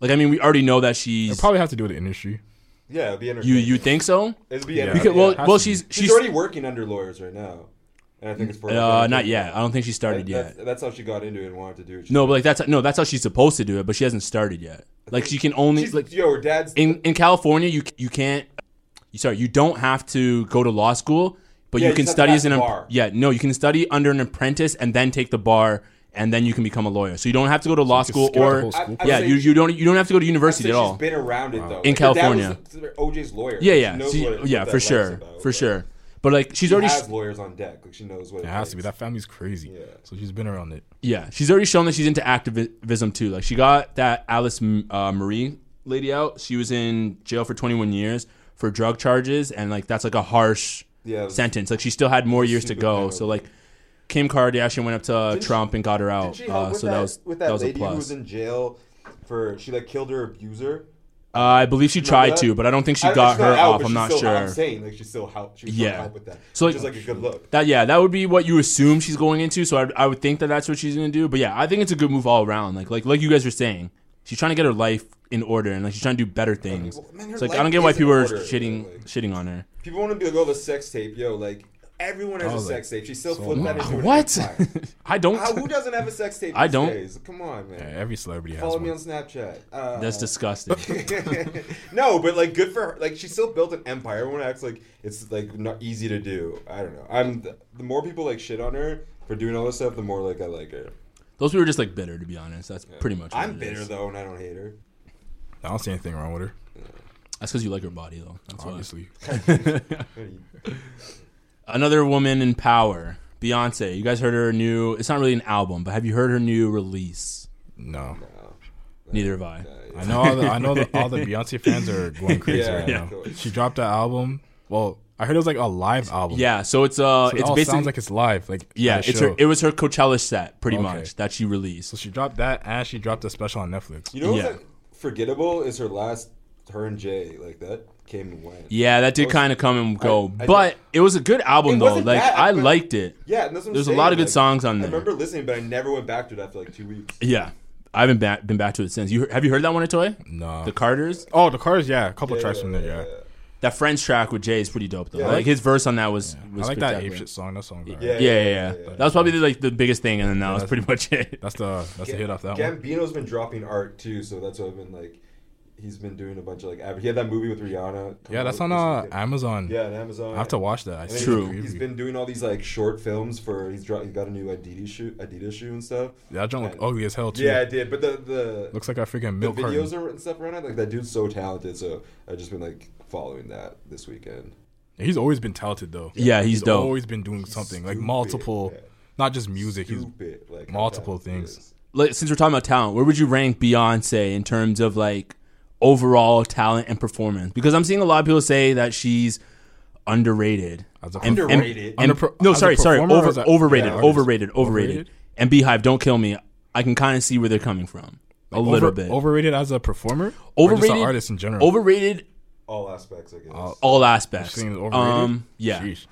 Like, I mean, we already know that It she's probably has to do with the industry. yeah it'd be entertaining you. You think so? Uh, it'd be Yeah. entertaining. Because, well, has well, to she's she's, she's already working under lawyers right now and I think it's for uh, not yet. I don't think she started That- that's, yet. that's how she got into it and wanted to do it She's No, like, but like that's no, that's how she's supposed to do it, but she hasn't started yet. Like she can only she's, like yo her dad's in in California, you you can't. You sorry, you don't have to go to law school, but Yeah, you you can just have study to pass as an the em- bar. yeah no, you can study under an apprentice and then take the bar. And then you can become a lawyer. So you don't have to go to law can school skip the or whole school yeah, process. you, you don't you don't have to go to university she's at all. been around it though In Like, her dad California. was OJ's lawyer Yeah, She yeah, knows So you- what- what yeah, that for life's sure, about, for like. sure. But like, she's she already, has lawyers on deck. Like she knows what It it has to be. takes. That family's crazy. Yeah. So she's been around it. yeah, she's already shown that she's into activism too. Like, she got that Alice M- uh, Marie lady out. She was in jail for 21 years for drug charges, and like that's like a harsh Yeah, it was- sentence. Like, she still had more years to stupid go. penalty. So like, Kim Kardashian went up to Didn't she- Trump and got her Did out. she help Uh, with so that, that was with that, that was a lady who was plus. Uh, in jail for she like killed her abuser? Uh, I believe she Remember tried that? to, but I don't think she I- she's got her not out, off. but I'm she's not still, sure. I'm saying like she still help. She was Yeah. yeah. help with that. So, So like- like, like a good look. That yeah, that would be what you assume she's going into. So I, I would think that that's what she's gonna do. But yeah, I think it's a good move all around. Like like like you guys were saying, she's trying to get her life in order and like she's trying to do better things. well, man, her it's like I life don't get why is in people are order, shitting like- shitting on her. People want to be like, oh, the sex tape, yo. Like everyone has I a was sex tape. She still so flipped that mad. into an Oh, What? empire. I don't. How- who doesn't have a sex tape? I these don't. days? Come on, man. Yeah, every celebrity has Follow one. me on Snapchat. Uh, That's disgusting. no, but like, good for her. Like, she still built an empire. Everyone acts like it's like not easy to do. I don't know. I'm the, the more people like shit on her for doing all this stuff, the more like I like her. Those people are just like bitter, to be honest. That's pretty much. what I'm it bitter is. though, and I don't hate her. I don't see anything wrong with her. That's because you like her body though. That's why. Obviously, Another woman in power, Beyonce. You guys heard her new? It's not really an album, but have you heard her new release? no. Neither have I. I know. All the, I know. The, all the Beyonce fans are going crazy Yeah, right yeah. now. She dropped that album. Well, I heard it was like a live album. Yeah, so it's uh, So it it's all basically sounds like it's live. Like yeah, at a it's her. show. It was her Coachella set, pretty Okay. much, that she released. so she dropped that, and she dropped a special on Netflix. You know what's Yeah. like, forgettable is her last. Her and Jay, like that came and went. Yeah, that did was- kind of come and go, I- I but did- it was a good album It though. wasn't Like bad, I but- liked it. Yeah, and that's what I'm There's a saying, lot of good like, songs on I there. remember listening, but I never went back to it after like two weeks. Yeah, I haven't ba- been back to it since. You he- have you heard that one, Toy? No. The Carters. Oh, the cars. Yeah, a couple tracks from there. Yeah, That French track with Jay is pretty dope though. Yeah. like his verse on that was. was I like that spectacular. apeshit song. That song. Yeah. Yeah. Yeah, yeah, yeah. yeah, yeah. That was probably the, like the biggest thing, and then that was pretty much it. That's the that's the hit off that one. Gambino's been dropping art too, so that's what I've been like. He's been doing a bunch of like. ad- He had that movie with Rihanna. come Yeah, out that's on this uh, weekend. Amazon. Yeah, on Amazon. I have to watch that. I And see True. the He's, he's preview. been doing all these like short films for. He's, dro- he's got a new Adidas shoe, Adidas shoe and stuff. That joint look ugly as hell too. Yeah, I did, but the the looks like a freaking the milk carton. videos are and stuff around it, like that dude's so talented. So I've just been like following that this weekend. He's always been talented though. Yeah, he's dope. always been doing something like multiple, yeah. not just music. He's Stupid, like how multiple talented he things. is. Like, since we're talking about talent, where would you rank Beyonce in terms of like overall talent and performance? Because I'm seeing a lot of people say that she's underrated. As a And- and- Underrated? and- Underpro- no, as a sorry, sorry, performer or over, as a- overrated, yeah, artist? overrated, overrated, Overrated? And Beehive, don't kill me. I can kind of see where they're coming from a little Over- bit. overrated as a performer. or overrated just an artist in general. Overrated All aspects, I guess. all aspects. Seems overrated. Um, yeah. Sheesh.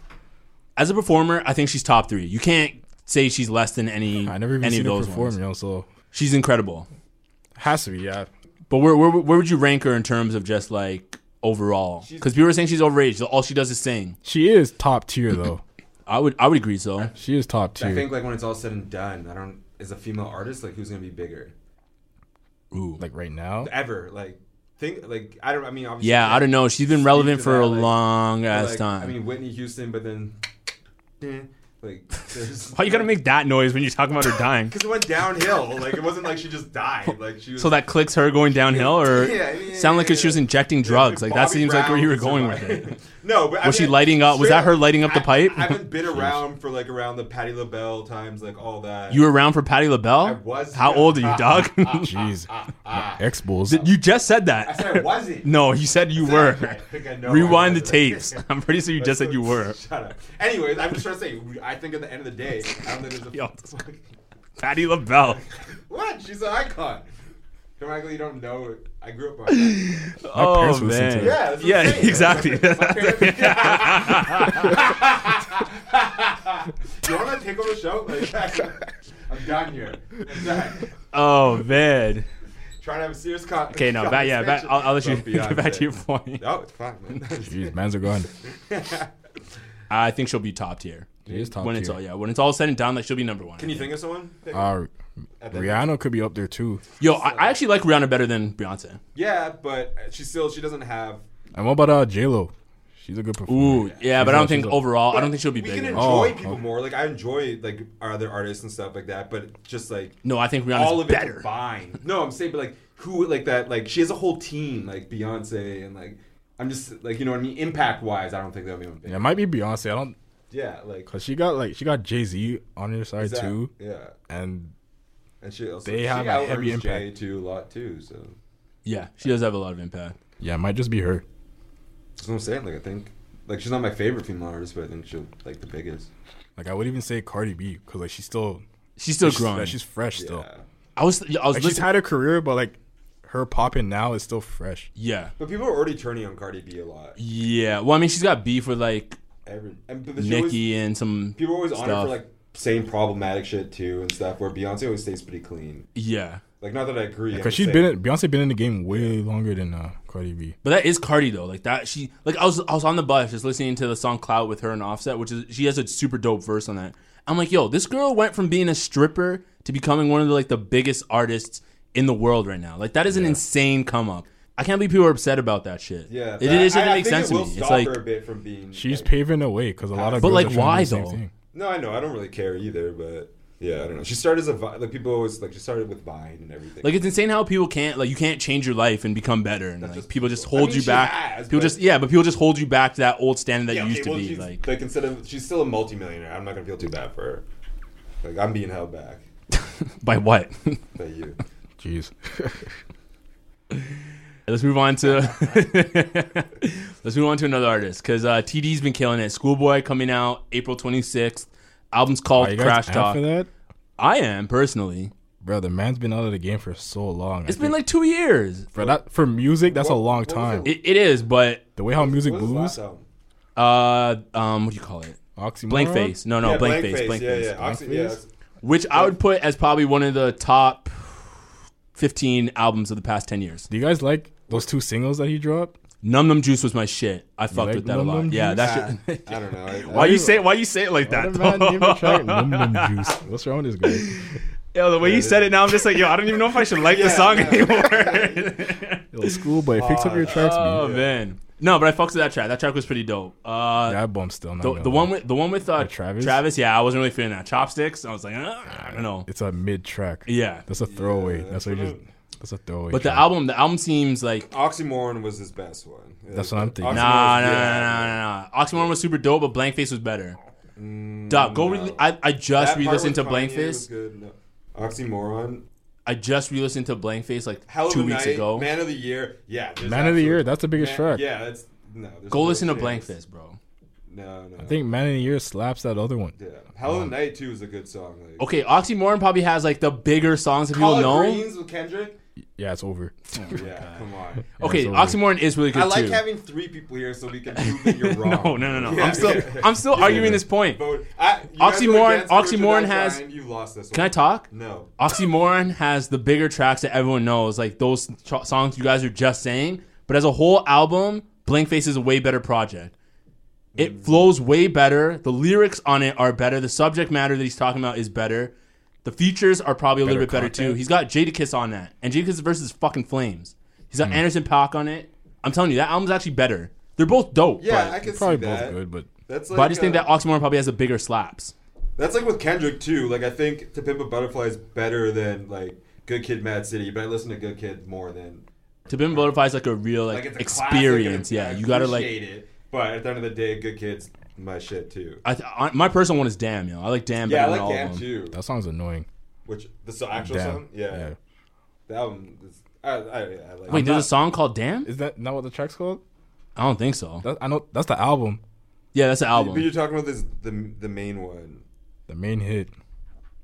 As a performer, I think she's top three. You can't say she's less than any. I never even any seen of her those perform, ones. yo. So She's incredible. has to be yeah. But where, where where would you rank her in terms of just like overall? Because people are saying she's overrated. so All she does is sing. She is top tier though. I would I would agree so. She is top tier. I think like when it's all said and done, I don't. As a female artist, like who's gonna be bigger? Ooh. like right now. ever. Like think like I don't. I mean, obviously, Yeah, I don't know. She's been relevant to for that, a like- long but, ass like, time. I mean, Whitney Houston, but then eh, like there's Why you gotta make that noise when you're talking about her dying? because it went downhill. Like it wasn't like she just died. Like she was So that clicks her going downhill, or Yeah, yeah, sound like yeah, she was yeah. injecting drugs? Like that Bobby seems like where you were Brown going with it. survived. no, but I Was mean, she lighting up- was straight that her lighting up the I- pipe? I haven't been around for like around the Patty LaBelle times, like all that. You were around for Patty LaBelle. I was. How old are you, dog? Jeez, X Bulls. you just said I that. said I wasn't. No, you said you were. I think I know I Rewind the wasn't. tapes. I'm pretty sure you just said you were. Shut up. Anyways, I'm just trying to say. I think at the end of the day, I don't think Yo, there's a. Patty LaBelle. What? She's an icon. Dramatically, you don't know it. I grew up on that. Oh parents would listen to man. that. Yeah, that's what Yeah, I'm saying. exactly. you want to take over the show? Like, I'm done here. I'm done. Oh man. Trying to have a serious con- Okay, no, back, yeah, back, conversation. I'll, I'll let you But get back Beyonce. to your point. No, it's fine, man. Jeez, man's are gone. I think she'll be top tier. She is top When tier. it's all yeah, when it's all said and done, like she'll be number one. Can you think of someone? Uh, Rihanna could be up there too. Yo, I, I actually like Rihanna better than Beyonce. yeah, but she still she doesn't have. And what about uh, J Lo? She's a good performer. Ooh, yeah, but I don't not- she's think not- overall. I don't think she'll be We can bigger. enjoy Oh, people more. Like I enjoy like our other artists and stuff like that, but just like no, I think Rihanna's all of it better. combined. No, I'm saying, but like who like that? Like she has a whole team, like Beyonce, and like I'm just like you know what I mean. Impact wise, I don't think that'll be one big. Yeah, it might be Beyonce. I don't Yeah, like because she got like she got Jay Z on her side that- too, Yeah, and and she also They she have a heavy out-earns Jay impact. too a lot too. So Yeah, she does have a lot of impact. yeah, it might just be her. that's what I'm saying. Like I think like she's not my favorite female artist, but I think she'll like the biggest. Like I would even say Cardi B because like she's still She's still she's, growing. she's fresh still. Yeah. I was, I was Like she's listening. had a career, but like her popping now is still fresh. yeah, But people are already turning on Cardi B a lot. yeah. Well, I mean, she's got beef with like Every and but she always- Nicki and some people are always on her stuff. for like saying problematic shit too and stuff. Where Beyonce always stays pretty clean. yeah. Like, not that I agree. I'm Because just she's saying. been in, Beyonce been in the game way longer than uh, Cardi B. But that is Cardi though. Like that she like I was I was on the bus just listening to the song Cloud with her and Offset, which is she has a super dope verse on that. I'm like, yo, this girl went from being a stripper to becoming one of the like the biggest artists in the world right now. Like that is an insane come up. I can't believe people are upset about that shit. Yeah, it, it just I- doesn't I make think sense it to me. will It's stop like her a bit from being. She's like- paving the way because a lot of But, girls like, are trying to do why, the though? same thing. No, I know. I don't really care either, but yeah, I don't know. She started as a Vi- like people always like she started with Vine and everything. like it's insane how people can't like you can't change your life and become better and like just people just people. I hold mean, you she back. has, people but- just yeah, but people just hold you back to that old standard that Yeah, you okay, used to well, be she's- like. instead of she's still a multimillionaire. I'm not gonna feel too bad for her. Like I'm being held back By what? by you. Jeez. Let's move on to let's move on to another artist because uh, TD's been killing it. Schoolboy coming out April 26th. Album's called Are Oh, you guys Crash out Talk. for that? I am personally. Bro, the man's been out of the game for so long. It's been like two years. for that for music, that's a long what was time. It, it is, but the way how music What was his last moves, album? uh, um, what do you call it? oxymoron. Blank face. No, no, Yeah, blank, face. Blank yeah, face. yeah. Oxy, yeah, face? that's- Which I would put as probably one of the top 15 albums of the past 10 years. Do you guys like those two singles that he dropped? Num Num Juice was my shit. I fucked like with that Num a lot. Num yeah, Juice? that shit. I don't know. I, Why you say why you say it like that? The though? man never tried Num Num Juice. What's wrong with this guy? Yo, the way you said it now, I'm just like, yo, I don't even know if I should like the song anymore. Yo, schoolboy, fix up your tracks, oh man. man, no, but I fucked with that track. That track was pretty dope. Uh, That bump still. Not the, gonna the lie. one with the one with, uh, Travis. Travis? Travis, yeah, I wasn't really feeling that. Chopsticks, I was like, uh, I don't know. It's a mid track. Yeah, That's a throwaway. that's what you just. That's a throwaway. but the track. album, the album seems like. Oxymoron was his best one. That's what I'm thinking. Oxymoron's- Nah, nah, nah, yeah. nah, nah, nah. Oxymoron was super dope, but Blank Face was better. Duh, go. Re- I, I just Mm, That re part listened to with Blank Kanye was Face. good. No. Oxymoron. I just re listened to Blank Face like Hell of two a weeks night, ago. Man of the year. Yeah. there's Man of the absolute- Year. That's the biggest Man- track. Yeah, that's no. there's go no listen to chance. Blank Face, bro. No, no. I think Man of the Year slaps that other one. Um, Yeah. Hell of a Night too is a good song. Like, Okay, Oxymoron probably has like the bigger songs that people Collard know. Greens with Kendrick. Yeah, it's over. Yeah, come on. Oh Okay, over. Oxymoron is really good I like too. having three people here so we can prove that you're wrong. no, no, no, no. Yeah. I'm still I'm still arguing this point. Vote. I, you guys Oxymoron- were against Richard Oxymoron Dye has- Bryan, You lost this. Can one. I talk? No. Oxymoron has the bigger tracks that everyone knows, like those tr- songs you guys are just saying. But as a whole album, Blank Face is a way better project. Mm. It flows way better. The lyrics on it are better. The subject matter that he's talking about is better. The features are probably a little bit Better better too. content. He's got Jadakiss on that, and Jadakiss versus fucking Flames. He's Mm. got Anderson Paak on it. I'm telling you, that album's actually better. They're both dope. Yeah, but- I can Probably see that. both good, but That's like, But I just think uh, that Oxymoron probably has the bigger slaps. that's like with Kendrick too. Like I think To Pimp a Butterfly is better than like Good Kid, Mad City, but I listen to Good Kid more than To Bim Butterfly is like a real like, like it's a experience. Classic, and yeah, I you gotta like. appreciate it, but at the end of the day, Good Kid's my shit too. I, th- I, my personal one is Damn, yo. I like Damn Yeah, better I like than all of Damn them. too. that song's annoying. Which the so, actual Damn. song? Yeah, Yeah. the album. Is, I, I, I like. Wait, it. there's a song called Damn? Is that not what the track's called? I don't think so. That, I know that's the album, Yeah, that's an But you're album. talking about this the the main one. the main hit.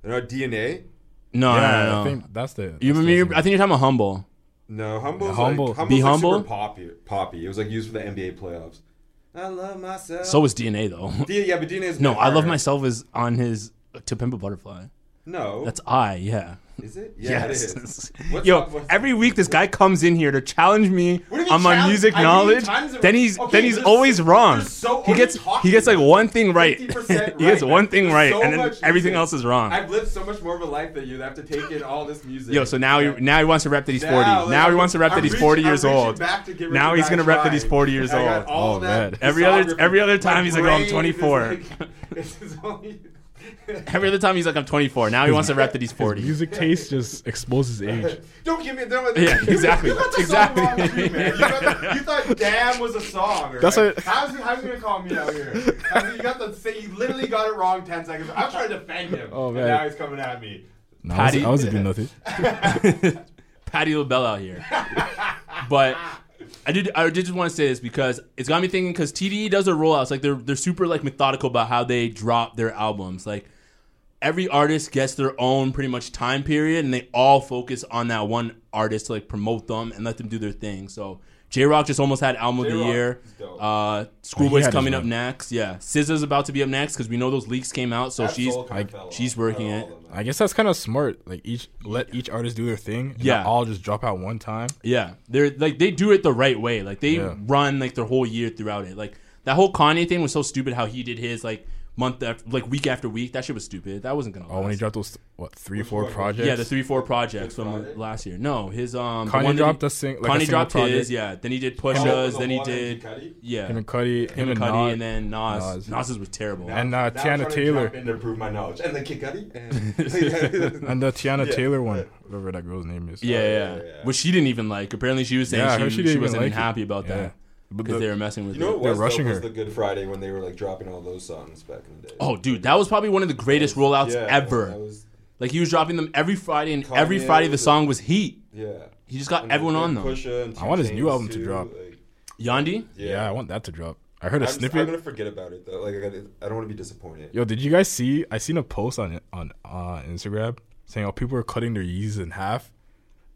No DNA. No, no, no, no. I think that's the. you that's remember? the You're, I think you're talking about Humble. No, humble. Humble. Like, Humble's Be like humble? Super poppy, poppy. It was like used for the NBA playoffs. I love myself. So is DNA though. D- yeah, but DNA is no, more I love current. myself is on his uh, To Pimp a Butterfly. No, That's I. Yeah. is it? Yeah, it is. yes. What's Yo, up with- every week this guy comes in here to challenge me What do you mean on my challenge? music I gave you knowledge. tons of- Then he's Okay, then he's there's- always wrong. there's so- he what are gets you talking he gets like about? one thing right. 50% he gets right, one man. thing There's right, so and then much everything music. else is wrong. I've lived so much more of a life than you. that I have to take in all this music. Yo, so now he Yeah. now he wants to rep that he's forty. Now, Now, like, he wants to rep I'm that he's reaching- forty I'm years reaching old. back to get Now Richard he's gonna Dye rep that he's tried. forty years I old. got all Oh, that man. Every other- discography. every other time My he's like, oh, I'm brain is 24. like- this is only- Every other time he's like, I'm 24. Now he wants to rep that he's 40. music taste just exposes age. Don't give me a don't, Yeah, exactly. You got the Exactly. Song wrong too, man. You, got, you thought "Damn" was a song. Right? That's what- How's he, how's he gonna call me out here? How's he- you got the say. You literally got it wrong ten seconds. I'm trying to defend him. Oh, and man. now he's coming at me. No, I wasn't- Patty- I wasn't doing nothing. Patty LaBelle out here. but I did I did just want to say this because it's got me thinking because TDE E does their rollouts like they're they're super like methodical about how they drop their albums like. Every artist gets their own pretty much time period, and they all focus on that one artist to like promote them and let them do their thing. So J Rock just almost had album of the J-Rock year. is dope. Uh, He Schoolboy's had his coming up one. next. Yeah, SZA's about to be up next because we know those leaks came out. So she's she's working it. I guess that's kind of smart. Like each let each artist do their thing. And Yeah. yeah, all just drop out one time. Yeah, they're like they do it the right way. Like they Yeah. run like their whole year throughout it. Like that whole Kanye thing was so stupid. How he did his like month after, like week after week. That shit was stupid. That wasn't gonna. Oh, when he last. dropped those what three, four projects? Yeah, the three four projects from last year. No, his um. the Kanye one that dropped he- a sing- like a Kanye single dropped his. project. Yeah. Then he did Pusha's. Then he did. Yeah. Him Him and Cudi, and him, and Cudi, Nas, and then Nas. Nas. Nas's was terrible. And, uh, Tiana Taylor. And improve my knowledge. And then Kid Cudi. And and the Tiana Yeah, Taylor one, yeah. whatever that girl's name is. yeah, yeah, yeah, yeah. Which she didn't even like. Apparently, she was saying Yeah, I she, heard she, she didn't even wasn't like even happy it. about Yeah. that because they were messing with. you know it. what was, rushing rushing was her. the Good Friday when they were like dropping all those songs back in the day. Oh, dude, that was probably one of the greatest rollouts Yeah, ever. that was- Like he was dropping them every Friday, and every Kanye Friday the was a- song was heat. yeah. He just got everyone on them. them. I want his new album to drop. Yandi, yeah, I want that to drop. I heard a I'm, just- snippet. I'm gonna forget about it though. Like I, gotta, I don't want to be disappointed. Yo, did you guys see? I seen a post on on uh, Instagram saying, "Oh, people are cutting their Yeezys in half,"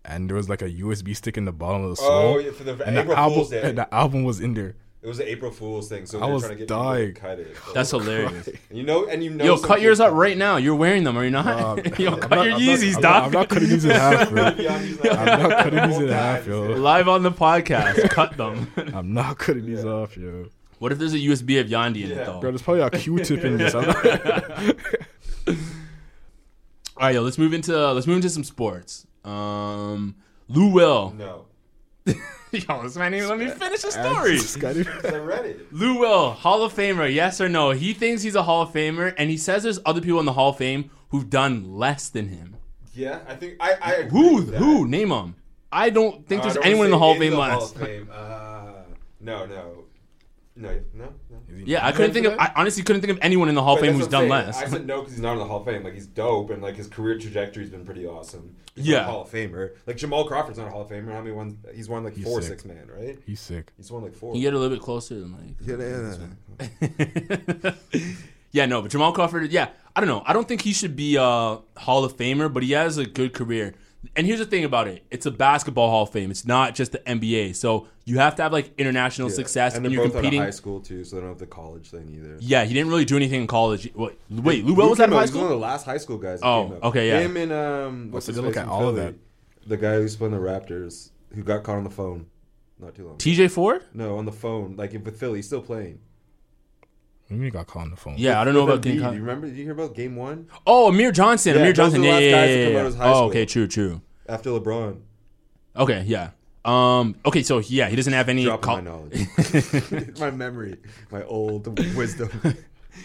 and there was like a USB stick in the bottom of the Oh, sole. yeah, for the and the April album, Fool's Day. and the album was in there. It was an April Fool's thing, so I they're was trying to get dying. people to cut it. So- Oh, that's hilarious. and you know, and you know. Yo, some cut yours kid- up right now. You're wearing them, are you not? Yo, cut your Yeezys, I'm doc. Not, I'm not cutting these in half, bro. Yandi's like, I'm not cutting these in "Won't die." half, yo. Live on the podcast, cut them. I'm not cutting these off, yo. what if there's a USB of Yandi in it Yeah. though? Bro, there's probably a Q-tip in this. I'm not- All right, yo, let's move into let's move into some sports. Um, Lou Will. No, yo, this man, let me finish the story. I read it. Lou Will, Hall of Famer, yes or no? He thinks he's a Hall of Famer, and he says there's other people in the Hall of Fame who've done less than him. Yeah, I think I. I agree Who? with that. Who? Name them. I don't Uh, think I there's don't anyone in wanna the say Hall of Fame less. Hall of Fame. Uh, no, no, no, no, no. Yeah, I couldn't think of. I honestly couldn't think of anyone in the Hall of But Fame that's who's what I'm done saying. I less. said no because he's not in the Hall of Fame. Like he's dope and like his career trajectory's been pretty awesome. He's not Yeah. a Hall of Famer. Like Jamal Crawford's not a Hall of Famer. How many won? He's won like four, sick. six man, right? He's sick. He's won like four. You get a little bit closer than like. Yeah, yeah, yeah. yeah, no, but Jamal Crawford, yeah, I don't know. I don't think he should be a Hall of Famer, but he has a good career. And here's the thing about it it's a basketball Hall of Fame, it's not just the NBA. So you have to have like international success and and, they're you're both competing. out of high school too, so they don't have the college thing either. Yeah, he didn't really do anything in college. Wait, wait Lou Who Will was out came of up? high He's one school? of the last high school guys. That Oh, came up. okay, yeah. Him and um, what's Oh, so his they look face at in all of Philly? The guy who's playing the Raptors, who got caught on the phone, not too long. ago. TJ Ford? no, on the phone, like in Philly, he's still playing. When you got caught on the phone. Yeah, I don't know With about Embiid, getting caught. you remember? Did you hear about Game One Oh, Amir Johnson. Yeah, Amir those are Johnson. the Yeah, last yeah, guys yeah, to come yeah. out of high Oh, school. okay, true, true. after LeBron? Okay, yeah. Um, okay, so yeah, he doesn't have any Dropping col- my knowledge, my memory, my old wisdom.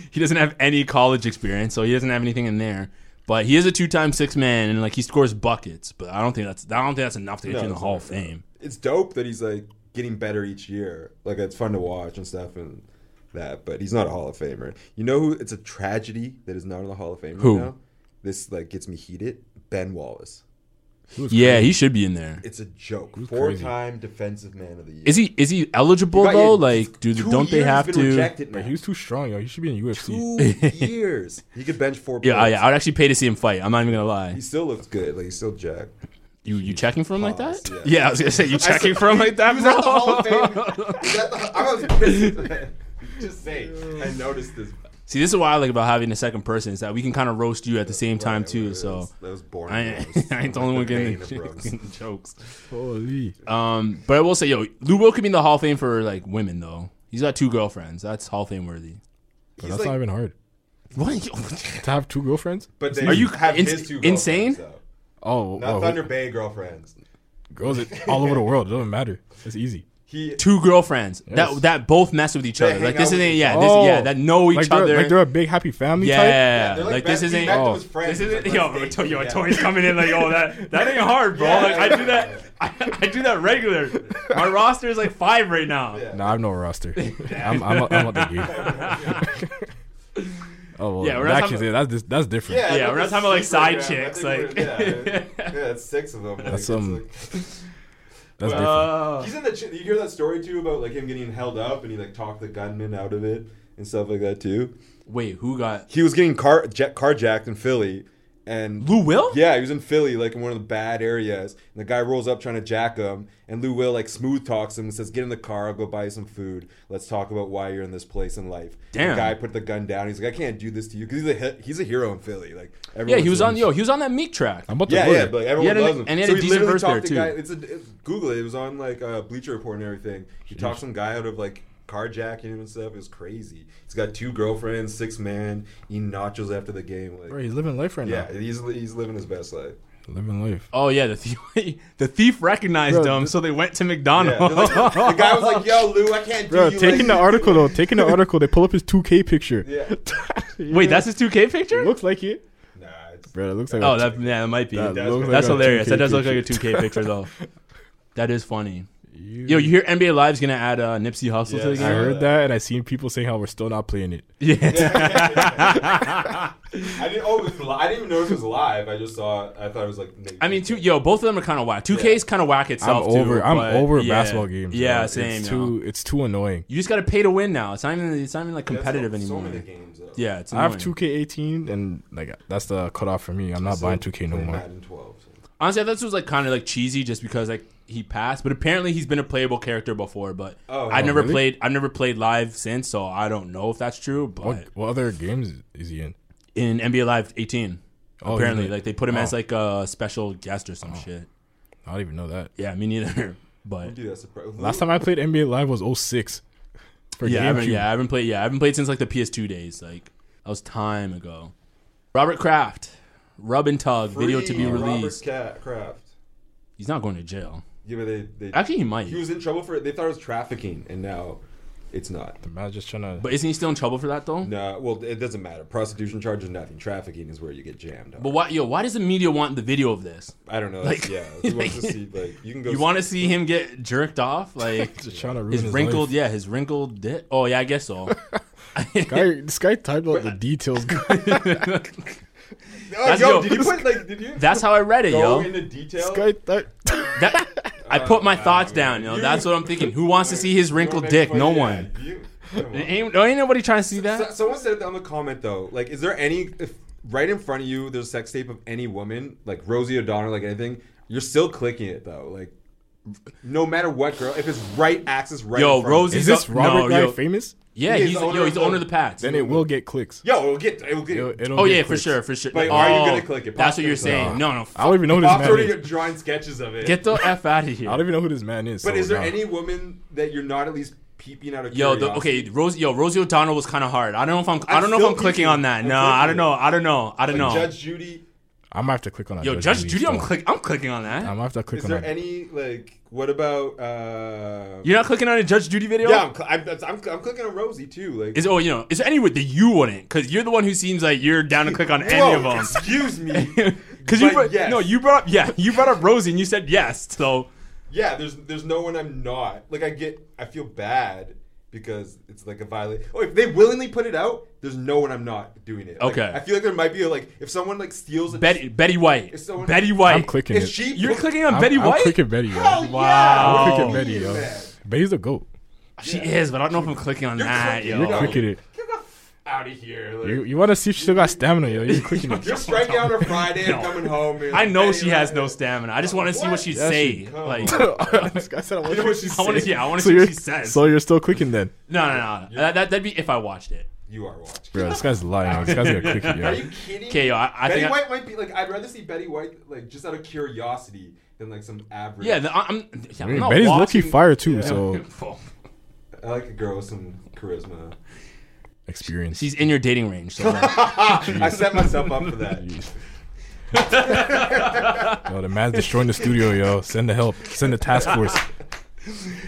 he doesn't have any college experience, so he doesn't have anything in there. But he is a two-time six-man, and like he scores buckets. But I don't think that's I don't think that's enough to get No, you in the it's Hall not, of Fame. it's dope that he's like getting better each year. Like it's fun to watch and stuff and that, but he's not a Hall of Famer. You know who? It's a tragedy that is not in the Hall of Fame Who? right now. This like gets me heated. Ben Wallace. Yeah, he should be in there. It's a joke. Four-time Defensive Man of the Year. Is he is he eligible Right, yeah, though? Like, do two don't they years he's have been to? Rejected now. But he was too strong, yo. He should be in UFC. two years. He could bench four. Yeah, I- plates. yeah, I would actually pay to see him fight. I'm not even gonna lie. He still looks good. Like he's still jacked. You you checking for him like that? Pause, Yeah. yeah. I was gonna say you checking for him like that, He was bro. at the Hall of Fame. He was at the- I was pissed. Just saying. I noticed this. See, this is why I like about having a second person is that we can kind of roast you at the same time too. That So was- that was boring. I, roast. I ain't the only one getting vein the, of roast. getting the jokes. Holy. Um, but I will say, yo, Lou Will could be in the Hall of Fame for like women though. He's got two girlfriends. That's Hall of Fame worthy. But that's not like- even hard. What? To have two girlfriends? But they Are you ins- girlfriends, insane? though. Oh, Not wow. Thunder Bay girlfriends. girls all over the world. It doesn't matter. It's easy. He two girlfriends that Yes. that both mess with each They other. hang Like this out with isn't each yeah other. this yeah Oh. that know each like they're, other. Like they're a big happy family yeah, type? they're like, like this best- we isn't. met them Oh. as friends. This isn't Like, yo, bro, let's to- yo, date. Tony's coming in like, oh, that that ain't hard, bro. Yeah, like, I yeah, do that, I, I do that regular. My roster is like five right now. Yeah. Nah, I have no roster. I'm, I'm, I'm out the game. oh, well, Yeah, yeah, we're we're not actually, talking- that's, dis- that's different. I Yeah, think we're not it's talking about, like, secret, side yeah, I chicks, think we're- like- yeah, yeah, that's six of them. Like, it's some- like- That's different. Uh, He's in the. Ch- you hear that story too about like him getting held up and he like talked the gunman out of it and stuff like that too. wait, who got? He was getting car jet carjacked in Philly, and Lou Will? Yeah, he was in Philly, like in one of the bad areas. And the guy rolls up trying to jack him, and Lou Will like smooth talks him and says, "Get in the car. I'll go buy you some food. Let's talk about why you're in this place in life." And Damn. The guy put the gun down. He's like, "I can't do this to you," because he's a he- he's a hero in Philly. Like, Yeah, everyone's he was in- on yo, he was on that Meek track. I'm about to Yeah, go yeah, there. but everyone He had a- loves him. and he had a decent literally verse talked there, to Guy, too. it's a, it's- Google it. It was on like uh, Bleacher Report and everything. He talked some guy out of like carjacking him and stuff. It was crazy. He's got two girlfriends, six man, eating nachos after the game. Like, Bro, he's living life right yeah, he's he's living his best life. now. Living life. Oh yeah, the thief, the thief recognized Bro, him, so they went to Yeah, McDonald's. they're like- the guy was like, "Yo, Lou, I can't do Bro, you." taking like, the article though, taking the article, they pull up his 2K picture. Yeah. Wait, that's his 2K picture? It looks like it. Nah, it's, Bro, it looks like Oh, a- that yeah, that might be. That That's, looks like a hilarious. That 2K does look like a picture. 2K picture though. That is funny. Yo, you hear NBA Live's gonna add uh, Nipsey Hussle to the Yes. I game? heard that, and I seen people saying how we're still not playing it. Yeah. I didn't. Oh, it was li- I didn't even know it was live. I just saw. it. I thought it was like. I mean, two, yo, both of them are kind of whack. 2K is kind of whack I'm itself. over. Too, I'm but over yeah. basketball games. Yeah, bro. same. It's yo. too. It's too annoying. You just got to pay to win now. It's not even. It's not even like competitive so, anymore. So many games. Though. yeah, it's. I have annoying. 2K18, and like that's the cutoff for me. I'm not So, buying 2K no play more. Madden 12, so. Honestly, I thought this was like kind of like cheesy, just because like he passed. But apparently, he's been a playable character before. But Oh, I've oh, never really? played. I've never played live since, so I don't know if that's true. But What, what other games is he in? in NBA Live 18, Oh, he's apparently, in it. like they put him Oh. as like a special guest or some shit. I don't even know that. Yeah, me neither. But Dude, that's a pro. Last time I played NBA Live was 06 for yeah, I haven't, GameCube. yeah, I haven't played. Yeah, I haven't played since like the PS2 days. Like that was time ago. Robert Kraft, Rub and Tug video to be Free Robert released. Ca- Kraft. He's not going to jail. Yeah, but they, they Actually, he might. He was in trouble for it. They thought it was trafficking, and now it's not. The man's just trying to. But isn't he still in trouble for that though? No, well, it doesn't matter. Prostitution charges nothing. Trafficking is where you get jammed. But why, yo, why does the media want the video of this? I don't know. That's- like- yeah, he wants to like- see. Like you can go. You want to see him get jerked off? Like just trying to ruin his his wrinkled, life. yeah, his wrinkled dick. Oh yeah, I guess so. Guy, this guy typed out the details. this Oh, That's- yo, yo, did you this- put like? Did you That's how I read it, go yo. into detail? guy typed. That, I put my thoughts down, yo. That's what I'm thinking. Who wants to see his wrinkled dick? No one. Ain't, ain't nobody trying to see So, that. someone said it on the comment though. Like, is there any if right in front of you? There's a sex tape of any woman, like Rosie O'Donnell, like anything. You're still clicking it though. Like, no matter what girl, if it's right axis, right. Yo, in front of Rosie- you. Is this No, Robert guy yo. famous? Yeah, He is he's the owner yo, he's of the the- owner of the Pats. Then it will get clicks. Yo, it'll get. It'll get. It'll- it'll Oh get yeah, for clicks. sure, for sure. But are you Oh, gonna click it? That's what Bro, you're click it. saying. No, no. I F- don't even know who this Bob's man already is. drawing sketches of it. get the f out of here. I don't even know who this man is. but so is there nah. any woman that you're not at least peeping out of? Yo, the, curiosity? okay, Rose, yo, Rosie O'Donnell was kind of hard. I don't know if I'm, I don't know if still I'm clicking peeking. on that. I'm No, I don't clicking. know. I don't know. I don't Like, know. Judge Judy. I might have to click on that. yo, Judge Judy, I'm still. click, I'm clicking on that. I might have to click Is on there that. any like? What about? uh You're not clicking on a Judge Judy video? Yeah, I'm, cl- I'm, that's- I'm, cl- I'm clicking on Rosie too. Like, Is oh, you know, is there any way that you wouldn't? Because you're the one who seems like you're down to click on any Whoa, of them. Excuse me. Because you But brought, yes. no, you brought up yeah, you brought up Rosie and you said yes. So Yeah, there's there's no one I'm not. Like I get I feel bad because it's like a violate. Oh, if they willingly put it out, there's no one I'm not doing it. Like, Okay. I feel like there might be a, like if someone like steals a Betty Betty White, Is someone- Betty White. I'm clicking Is it. she You're clicking on I'm, Betty I'm White. clicking Betty. Yo. Hell yeah! Wow. What I'm do clicking you Betty. mean, Yo. man? Betty's the goat. she is, but I don't know if I'm clicking on You're that. clicking yo. it. No. Click it. Get the f- out of here. Like, You, you want to see if she still got stamina, yo? You're clicking it. you're striking out on Friday and coming home. and- I know Hey, she has like- no stamina. I just want to see what What? she Yeah, say. she- come Like, on. I this guy said I want You know what she want to said? yeah, I want to So see you're, what she says. so you're still clicking then, no, no, no. That, that that'd be if I watched it. You are watching. bro. This guy's lying. This guy's gonna click it, Are yo. you kidding? Okay, me? yo, I, I Betty think. I, White might be like I'd rather see Betty White like just out of curiosity than like some average. yeah, the, I'm. yeah, I I'm mean, not Betty's low key watching. fire too, so I like a girl with some charisma. experience. She's in your dating range. So like, I set myself up for that. Yo, the man's destroying the studio, yo. Send the help. Send the task force.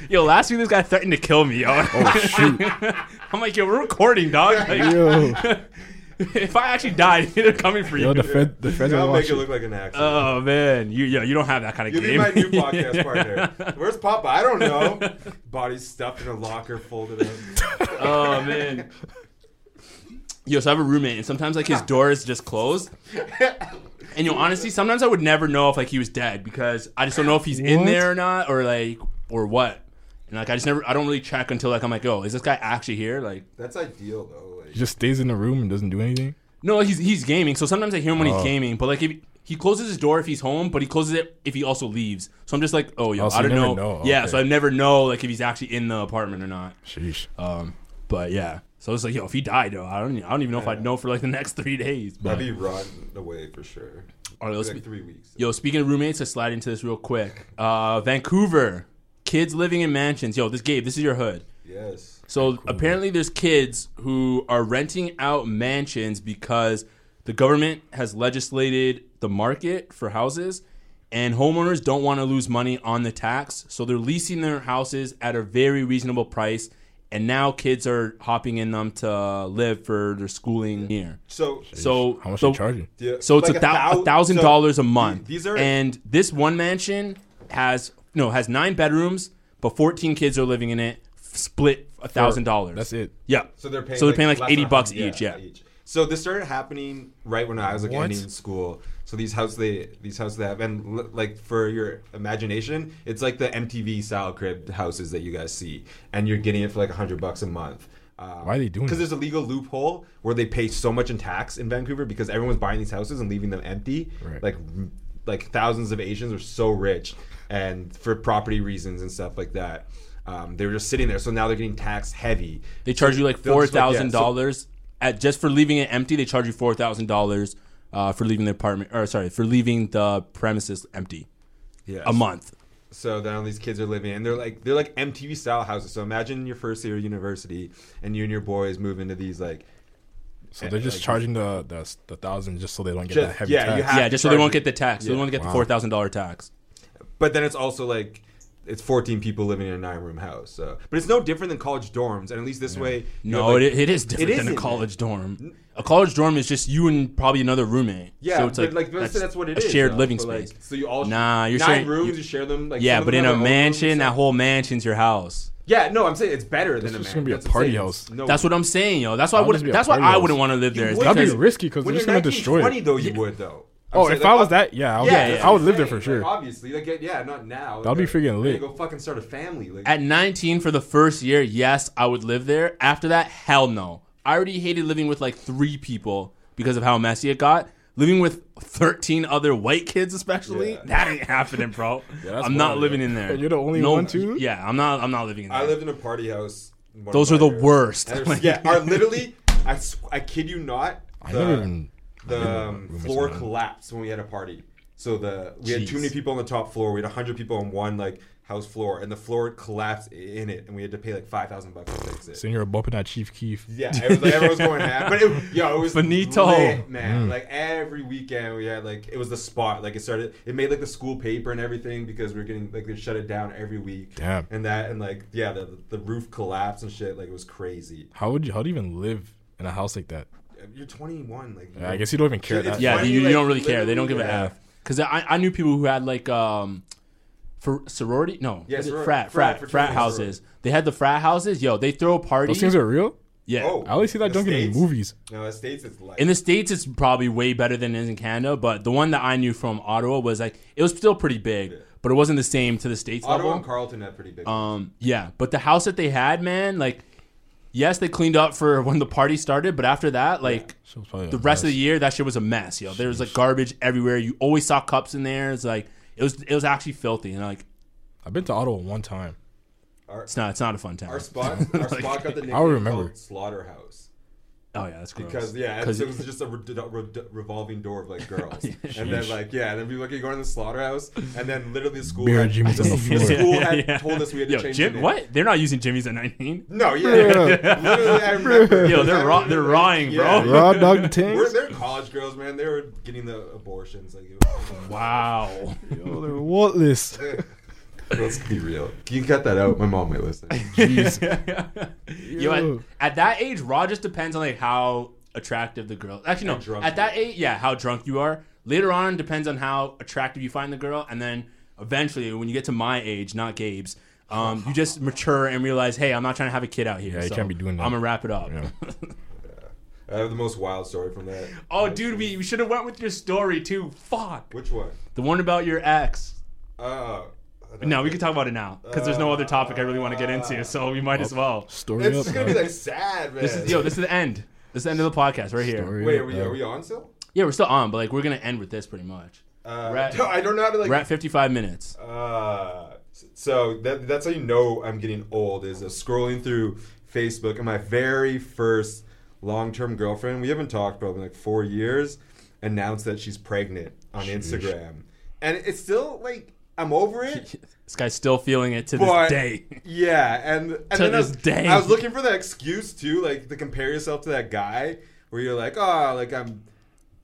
Yo, last week this guy threatened to kill me, yo. Oh shoot, I'm like, yo, we're recording, dog. Like, yo, if I actually died, they're coming for yo. you. The fed, the feds are I'll make it watching. look like an accident. Oh man, you yo, you don't have that kind of You'll game. be my new podcast partner. Where's Papa? I don't know. Body stuffed in a locker, folded up. oh man. Yo, so I have a roommate, and sometimes like his door is just closed. And yo, honestly, sometimes I would never know if like he was dead because I just don't know if he's in What? there or not, or like or what. And like I just never, I don't really check until like I'm like, oh, is this guy actually here? Like, That's ideal though. Like, Just stays in the room and doesn't do anything. No, he's he's gaming. So sometimes I hear him when Oh. he's gaming, but like if he closes his door if he's home, but he closes it if he also leaves. So I'm just like, oh, yo, Oh, so I you don't know. never know. Yeah, Okay. so I never know like if he's actually in the apartment or not. Sheesh. Um, but yeah, so it's like, yo, if he died, yo, I don't, I don't even know if I'd know for like the next three days. I'd But be rotting away for sure. all right, let's Like be- three weeks. Yo, speaking of roommates, let's slide into this real quick. Uh, Vancouver, kids living in mansions. Yo, this Gabe, this is your hood. Yes. So apparently, there's kids who are renting out mansions because the government has legislated the market for houses, and homeowners don't want to lose money on the tax, so they're leasing their houses at a very reasonable price. And now kids are hopping in them to live for their schooling year. So So How much so, they charging? yeah, so it's like a thou- a thou- thousand so dollars a the- month. These are and this one mansion has no has nine bedrooms, but fourteen kids are living in it. f- Split a thousand dollars. That's it. Yeah. So they're paying. So they're paying like less eighty than- bucks each. Yeah. So this started happening right when I was like What? ending school. So these houses they these houses they have and l- like for your imagination, it's like the MTV style crib houses that you guys see, and you're getting it for like hundred bucks a month. Um, Why are they doing Because that? there's a legal loophole where they pay so much in tax in Vancouver because everyone's buying these houses and leaving them empty. Right. Like m- like thousands of Asians are so rich, and for property reasons and stuff like that. Um, they were just sitting there, so now they're getting taxed heavy. They charge you like They'll four just, like, yeah, thousand dollars at just for leaving it empty. They charge you four thousand dollars uh, for leaving the apartment or sorry for leaving the premises empty Yeah. a month. So now these kids are living, and they're like they're like MTV style houses. So imagine your first year of university, and you and your boys move into these like eh, So they're just charging the the, the thousand just so they don't get Just- that heavy yeah, tax. you have- yeah, to just so they charge won't you. get the tax. So they Yeah. won't get the Wow. four thousand dollar tax. But then it's also like it's 14 people living in a nine room house. So, but it's no different than college dorms, and at least this way, you No, have, like- it, it is different than a isn't. college dorm. A college dorm is just you and probably another roommate. Yeah, so it's but like, like, that's, that's, that's what it a is. shared though. living But, like, space. so you all Nah, you're nine sharing- rooms. you- You, share them. Like, yeah, some of but them in have a their own rooms mansion, and that stuff. whole mansion's your house. Yeah, no, I'm saying it's better than a is mansion. gonna be a That's what I'm party saying. house. It's No, That's what I'm saying, yo. That's why I That'd would. just be a That's why party I wouldn't house. want to live there. You It's would. That'd be because- risky because When they're you're just gonna destroy 19, 20 it. though, you would though. I'm Oh, saying, if like, I was ob- that, yeah, I would, Yeah, yeah. I would live there for Like, sure. obviously, like yeah, not now. That'd be Like, freaking like, lit. Go fucking start a family. Like, At 19 for the first year, yes, I would live there. After that, hell no. I already hated living with like three people because of how messy it got. Living with 13 other white kids, especially, Yeah. that ain't happening, bro. that's I'm not wild, living yeah. in there. And you're the only No- one, too? Yeah, I'm not. I'm not living in there. I lived in a party house. in one Those of are the my years. worst. And Like- there's- yeah, are literally. I, s- I kid you not. The, never even- I the never um, roommates floor around. collapsed when we had a party. So the we had too Jeez. many people on the top floor. We had hundred people on one like house floor, and the floor collapsed in it, and we had to pay like five thousand bucks to fix it. So you're bumping at Chief Keef. Yeah, it was like everyone's going ham. But it, yo, it was Finito. lit, man. Mm. Like every weekend we had like it was the spot. Like it started, it made like the school paper and everything because we were getting like they shut it down every week. Damn. And that and like yeah, the the roof collapsed and shit. Like it was crazy. How would you? How do you even live in a house like that? You're 21. Like I guess you don't even care It's that. yeah, funny, you, you like, don't really care. They don't give literally, a yeah. f. Because I, I knew people who had like um, for sorority, no, Yeah, was it soror- frat, frat, frat, frat, fraternity, houses. They had the frat houses. Yo, they throw parties. Those things are real. yeah. Oh, Oh. I always see that the junk in States? movies. No, the states it's like In the states, it's probably way better than it is in Canada. But the one that I knew from Ottawa was like it was still pretty big, but it wasn't the same to the states Ottawa and level. Carlton had pretty big. Um, yeah, but the house that they had, man, like yes, they cleaned up for when the party started, but after that, like So it's probably the a rest of mess. the year, that shit was a mess. Yo, there was like garbage everywhere. You always saw cups in there. It's like it was it was actually filthy, and like I've been to Ottawa one time. it's not it's not a fun town. our spot, our spot got the name remember. called Slaughterhouse. oh yeah, that's gross. Because yeah, Because- because it was just a re- d- re- revolving door of like girls, and then like yeah, and then we were like going to the slaughterhouse, and then literally the school Beer had, Jimmy's on the the, floor. school had told us we had to Yo, change Jim, the name. what? They're not using Jimmy's at nineteen. No, yeah, literally, I remember. Yo, they're raw. They're rawing, bro. Yeah. Raw dog the tanks. We're, they're college girls, man. They were getting the abortions. Like, it was- Wow. Yo, they're Whatless. let's be real. You cut that out. My mom might listen. Yo, at, at that age, raw just depends on like how attractive the girl. Actually, no. drunk At you that age, yeah, how drunk you are. Later on, depends on how attractive you find the girl, and then eventually, when you get to my age, not Gabe's, um, you just mature and realize, hey, I'm not trying to have a kid out here. Yeah, you so can't be doing that. I'm gonna wrap it up. I have the most wild story from that. oh, dude, we, we should have went with your story too. Fuck. Which one? The one about your ex. Uh, No, we can talk about it now because there's no other topic I really want to get into, so we might as well. Story it's up. just gonna be like sad, man. This is yo. This is the end. That's the end of the podcast right here. Story Wait, are we, of- are we on still? Yeah, we're still on, but like we're gonna end with this pretty much. Uh, Rat- no, I don't know how to like. We're at 55 minutes. Uh, so that, that's how you know I'm getting old is uh, scrolling through Facebook and my very first long-term girlfriend. We haven't talked probably like four years. Announced that she's pregnant on Instagram, and it's still like I'm over it. This guy's still feeling it to this But- day. Yeah, and and To then I this was, day. I was looking for that excuse too, like to compare yourself to that guy where you're like, oh, like I'm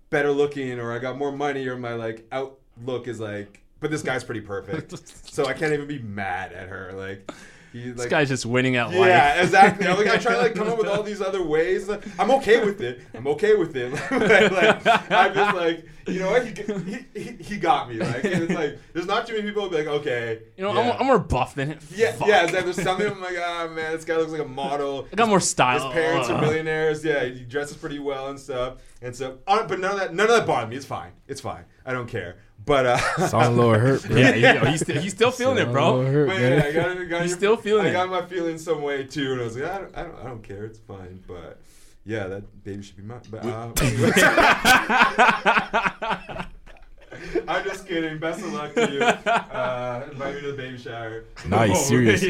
better looking, or I got more money, or my like outlook is like, but this guy's pretty perfect, so I can't even be mad at her. Like, he, like This guy's just winning out life. yeah, exactly. I'm like, I try to like come up with all these other ways. I'm okay with it. I'm okay with it. like, like, I'm just like, you know what? He, he, he- he got me. Like, and it's like, there's not too many people who be like, okay, You know, yeah. I'm, I'm more buff than him. Yeah, Fuck. yeah. It's like there's something. I'm like, ah, man, this guy looks like a model. I got more His style. parents are Ugh. millionaires. Yeah, he dresses pretty well and stuff. And so, uh, but none of that, none of that bothered me. It's fine. It's fine. I don't care. But uh, Sound a little hurt, bro. Yeah, you know, he's, still, he's still feeling it, Sound a little bro. hurt, but man. yeah, I got, I got He's your- still feeling I it. got my feelings some way too, and I was like, I don't, I don't, I don't care. It's fine. But yeah, that baby should be mine. But uh, I'm just kidding. Best of luck to you. Uh, invite me to the baby shower. Nah, he's serious.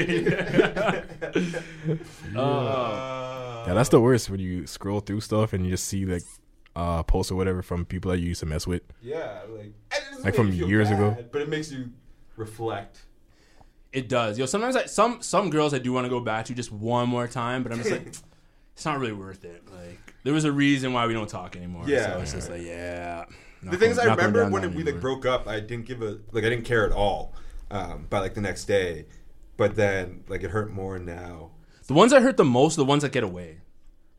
Uh, Yeah, that's the worst when you scroll through stuff and you just see like uh posts or whatever from people that you used to mess with. Yeah, like and it doesn't Like make from you feel years ago? bad, But it makes you reflect. It does. Yo, sometimes I, some some girls I do want to go back to just one more time, but I'm just like, it's not really worth it. Like, there was a reason why we don't talk anymore. Yeah. So it's just like, yeah. The things I remember when we like broke up, I didn't give a like I didn't care at all. Um, by like the next day, but then like it hurt more now. The ones that hurt the most are the ones that get away.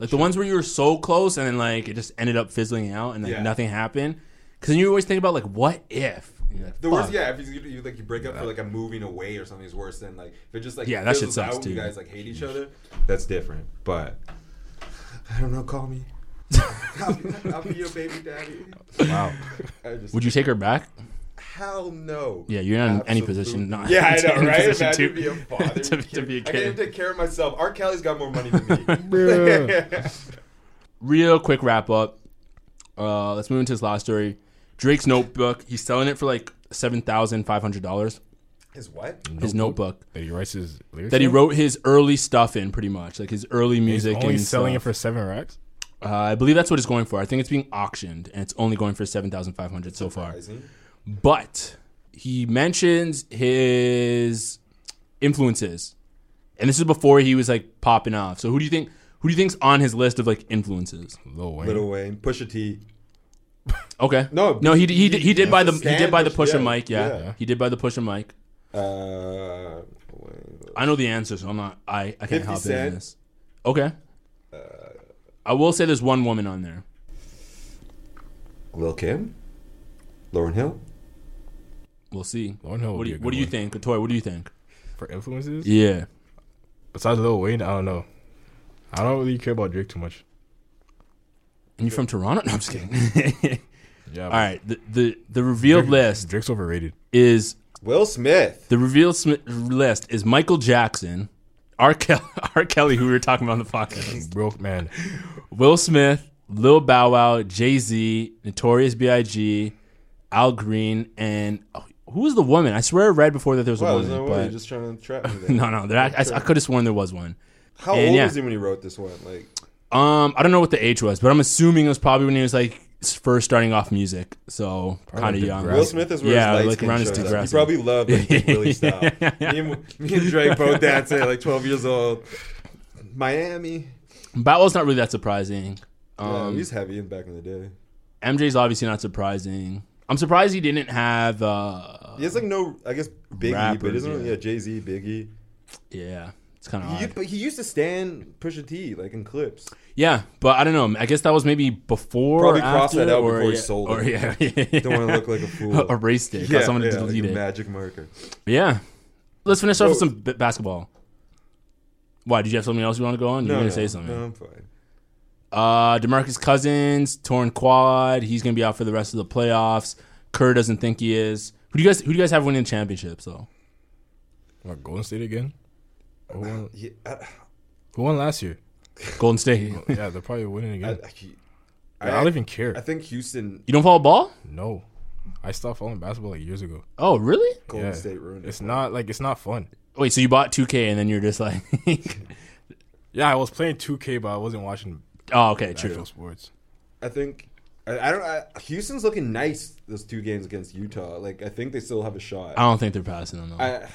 Like the ones where you were so close and then like it just ended up fizzling out and like Yeah. nothing happened. Cause then you always think about like what if? And you're like, The worst, fuck. yeah, if you, you like you break up for like a moving away or something is worse than like if it just like Yeah, that shit fizzles sucks, out and You too. guys like hate each other. That's different, but I don't know. Call me. I'll, be, I'll be your baby daddy. Wow. I just, Would you take her back? Hell no. Yeah, you're not in any Absolute- position. Not Yeah, I know, in right? position Imagine to be a father. to, to be a I can't even kid. take care of myself. R. Kelly's got more money than me. Real quick wrap up. Uh, let's move into his last story. Drake's notebook. He's selling it for like seven thousand five hundred dollars. His what? His notebook That he writes his lyrics. that he in? wrote his early stuff in, pretty much like his early He's music. only and selling stuff. it for seven racks. Uh, I believe that's what it's going for. I think it's being auctioned, and it's only going for seven thousand five hundred so far. But he mentions his influences, and this is before he was like popping off. So who do you think? Who do you think's on his list of like influences? Lil Wayne. Little Wayne, Pusha T. Okay. No, no. He d- he, d- he did he- buy the he's he did buy the established, push yeah, and mic. Yeah. yeah. he did buy the push and mic. Uh, Wayne, I know the answer, so I'm not. I I can't help 50 you in Cent. this. Okay. I will say there's one woman on there. Lil Kim, Lauren Hill. We'll see. Lauren Hill would What do be you, a good what do you one. think, Toy? What do you think? For influences? Yeah. Besides Lil Wayne, I don't know. I don't really care about Drake too much. And you're from Toronto? No, I'm just kidding. Yeah. All right. The the, the revealed list Drake's overrated. is Will Smith. the revealed sm- list is Michael Jackson, R. Kelly, R. Kelly, who we were talking about on the podcast, Broke man. Will Smith, Lil Bow Wow, Jay Z, Notorious B.I.G., Al Green, and oh, who was the woman? I swear I read before that there was a Wow, there's woman. no way. but You're just trying to trap me. there. no, no, there, I, I, could have sworn there was one. How and old yeah. was he when he wrote this one? Like, Um, I don't know what the age was, but I'm assuming it was probably when he was like first starting off music, so kind of like young. Degrassi. Will Smith is where Yeah, his light like skin around his shows up. He Degrassi. probably loved like, the Willie style. Me, and, me and Drake both dance at like 12 years old. Miami. Bowell's not really that surprising. Yeah, Um, he's heavy in back in the day. MJ's obviously not surprising. I'm surprised he didn't have. Uh, He has like no, I guess Biggie, but rappers, isn't really- yeah. yeah, Jay Z, Biggie. yeah, it's kind of He, odd. but he used to stand Pusha T like in clips. Yeah, but I don't know. I guess that was maybe before. Probably or crossed after, that out or, before he yeah, sold Or, yeah, it. Don't want to look like a fool. erased it. yeah, Yeah, someone yeah, to like delete a it. magic marker. Yeah. Let's finish off with Whoa. some b- basketball. Why? Did you have something else you want to go on? You're No, gonna no, say something. No, I'm fine. Uh, Demarcus Cousins torn quad. He's gonna be out for the rest of the playoffs. Kerr doesn't think he is. Who do you guys? Who do you guys have winning championships though? What, Golden State again? Who won, Yeah, I- who won last year? Golden State. You yeah, they're probably winning I, again. I, I- don't even care. I think Houston, don't follow ball? no, I stopped following basketball like years ago. Oh, really? Golden Yeah. State ruined it. It's not like it's not fun. Wait, so you bought 2K and then you're just like, Yeah, I was playing 2K, but I wasn't watching oh, okay, actual true. sports. I think I, I don't. I, Houston's looking nice those two games against Utah. Like I think they still have a shot. I don't think they're passing on them. I,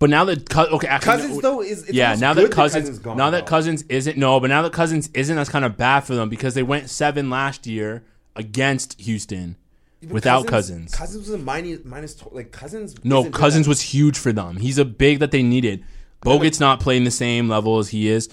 But now that Cous- okay, actually, Cousins though is it's yeah, almost now good that Cousins, gone now that though. Cousins isn't no, but now that Cousins isn't, that's kind of bad for them because they went seven last year against Houston But without Cousins. Cousins was a minus minus tw- like Cousins. No, isn't Cousins bad. was huge for them. He's a big that they needed. Bogut's not playing the same level as he is.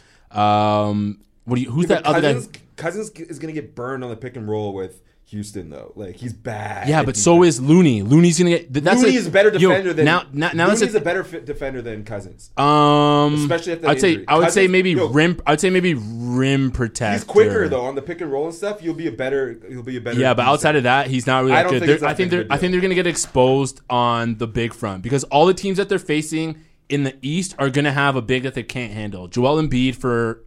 Um, what do you? Who's But that other Cousins, guy? Cousins is gonna get burned on the pick and roll with Houston though. Like he's bad. Yeah, at but so defense. is Looney. Looney's gonna get. th- That's Looney a, is a better yo, defender than now. Now, now Looney's that's a better fit defender than Cousins. um. especially after that I'd say injury. I would say Cousins- maybe yo. rim. I'd say maybe rim protector. He's quicker though on the pick and roll and stuff. You'll be a better. You'll be a better. Yeah, but outside of that, he's not really. that I don't good. think They're- it's that I think big of they're. I a think deal. they're going to get exposed on the big front because all the teams that they're facing in the East are going to have a big that they can't handle. Joel Embiid for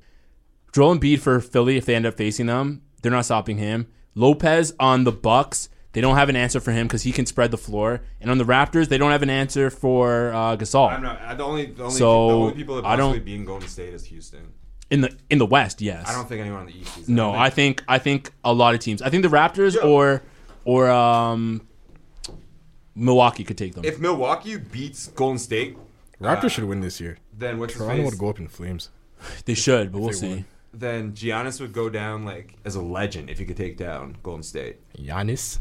Joel Embiid for Philly. If they end up facing them, they're not stopping him. Lopez on the Bucks. They don't have an answer for him because he can spread the floor. And on the Raptors, they don't have an answer for uh, Gasol. I'm not. I- The only the only, So, the only people that I don't- possibly being Golden State is Houston. in the in the West, yes. I don't think anyone on the East is. No, I think I think a lot of teams. I think the Raptors Yeah. or or um, Milwaukee could take them. if Milwaukee beats Golden State, uh, Raptors should win this year. then what's Toronto his would face? go up in flames. They should, but we'll they see. won. Then Giannis would go down like as a legend if he could take down Golden State Giannis.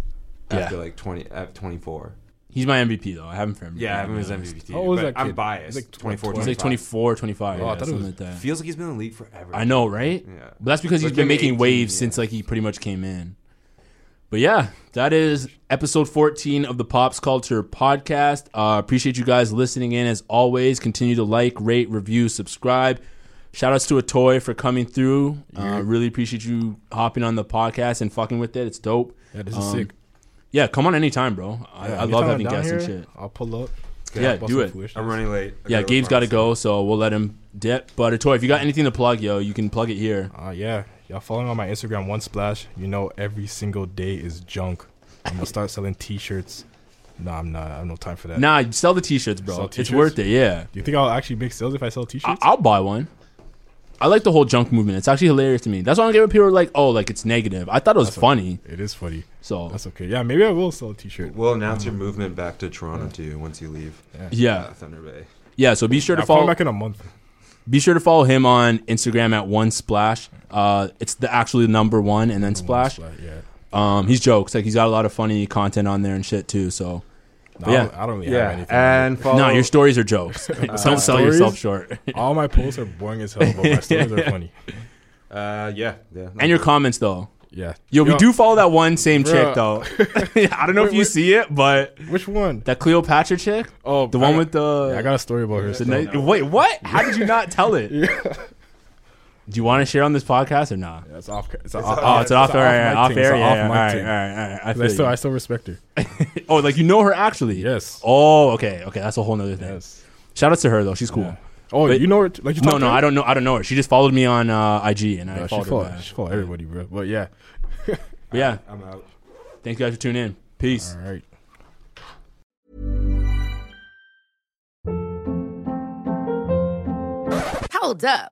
Yeah. after like 20 at 24. He's my MVP though. I have him for MVP. Yeah, I haven't his Yeah. MVP. How old is but that I'm kid? biased. He's like tw- 24, He's like 24, 25. Oh, yeah, I thought it something was- like that. Feels like he's been in the league forever. I know, right? Yeah. But that's because Like he's been him at making 18, waves yeah. since like he pretty much came in. But yeah, that is episode 14 of the Pops Culture podcast. Uh, appreciate you guys listening in as always. Continue to like, rate, review, subscribe. Shout outs to Atoy for coming through. Uh, really appreciate you hopping on the podcast and fucking with it. It's dope. Um, Yeah, this is sick. Yeah, come on anytime, bro. I, I love Anytime I'm having down guests and here, shit. I'll pull up. Yeah, I'll bust do some it. foolishness. I'm running late. I Yeah, gotta Gabe's got to find go, so we'll let him dip. But Atoy, if you got anything to plug, yo, you can plug it here. Uh, yeah, y'all following on my Instagram, One Splash. You know, every single day is junk. I'm gonna start selling T-shirts. No, I'm not. I have no time for that. Nah, sell the t-shirts, bro. Sell It's t-shirts? worth it. Yeah, Do you think I'll actually make sales if I sell T-shirts? I- I'll buy one. I like the whole junk movement. It's actually hilarious to me. That's why I don't get when people are like, "Oh, like it's negative." I thought it was funny. it is funny. So That's okay. Yeah, maybe I will sell a T-shirt. We'll announce your movement back to Toronto too once you leave Uh, yeah, Thunder Bay. yeah. So be sure to I'll follow follow. back in a month. Be sure to follow him on Instagram at one splash. Uh, it's the actually number one and then splash. Like, yeah. Um, he's jokes like he's got a lot of funny content on there and shit too. So No, yeah. I, don't, I don't really have Yeah, anything. and follow. no, your stories are jokes. Don't sell stories? yourself short. All my posts are boring as hell, but my stories are funny. Uh, yeah, yeah. and your comments though. Yeah. Yo, we do follow that one same chick Bruh. though. I don't know if you see it, but Which one? that Cleopatra chick. Oh, the I one got- with the. Yeah, I got a story about her. the still. night- Wait, what? How did you not tell it? Do you want to share on this podcast or not? That's off. It's, a Oh, it's an off air. mic Off thing. It's air. a Yeah, yeah, all mic right, all thing. right, all right. I I feel still, I you. still respect her. Oh, like you know her actually? Yes. Oh, okay, okay. That's a whole nother thing. Yes. Shout out to her though. She's cool. Oh, But- you know her? t- Like you No, no, I don't know. I don't know her. She just followed me on uh, IG, and I Yeah, she followed her. followed. back. She followed everybody, bro. But yeah. But yeah, I'm out. thanks guys for tuning in. Peace. All right. Hold up.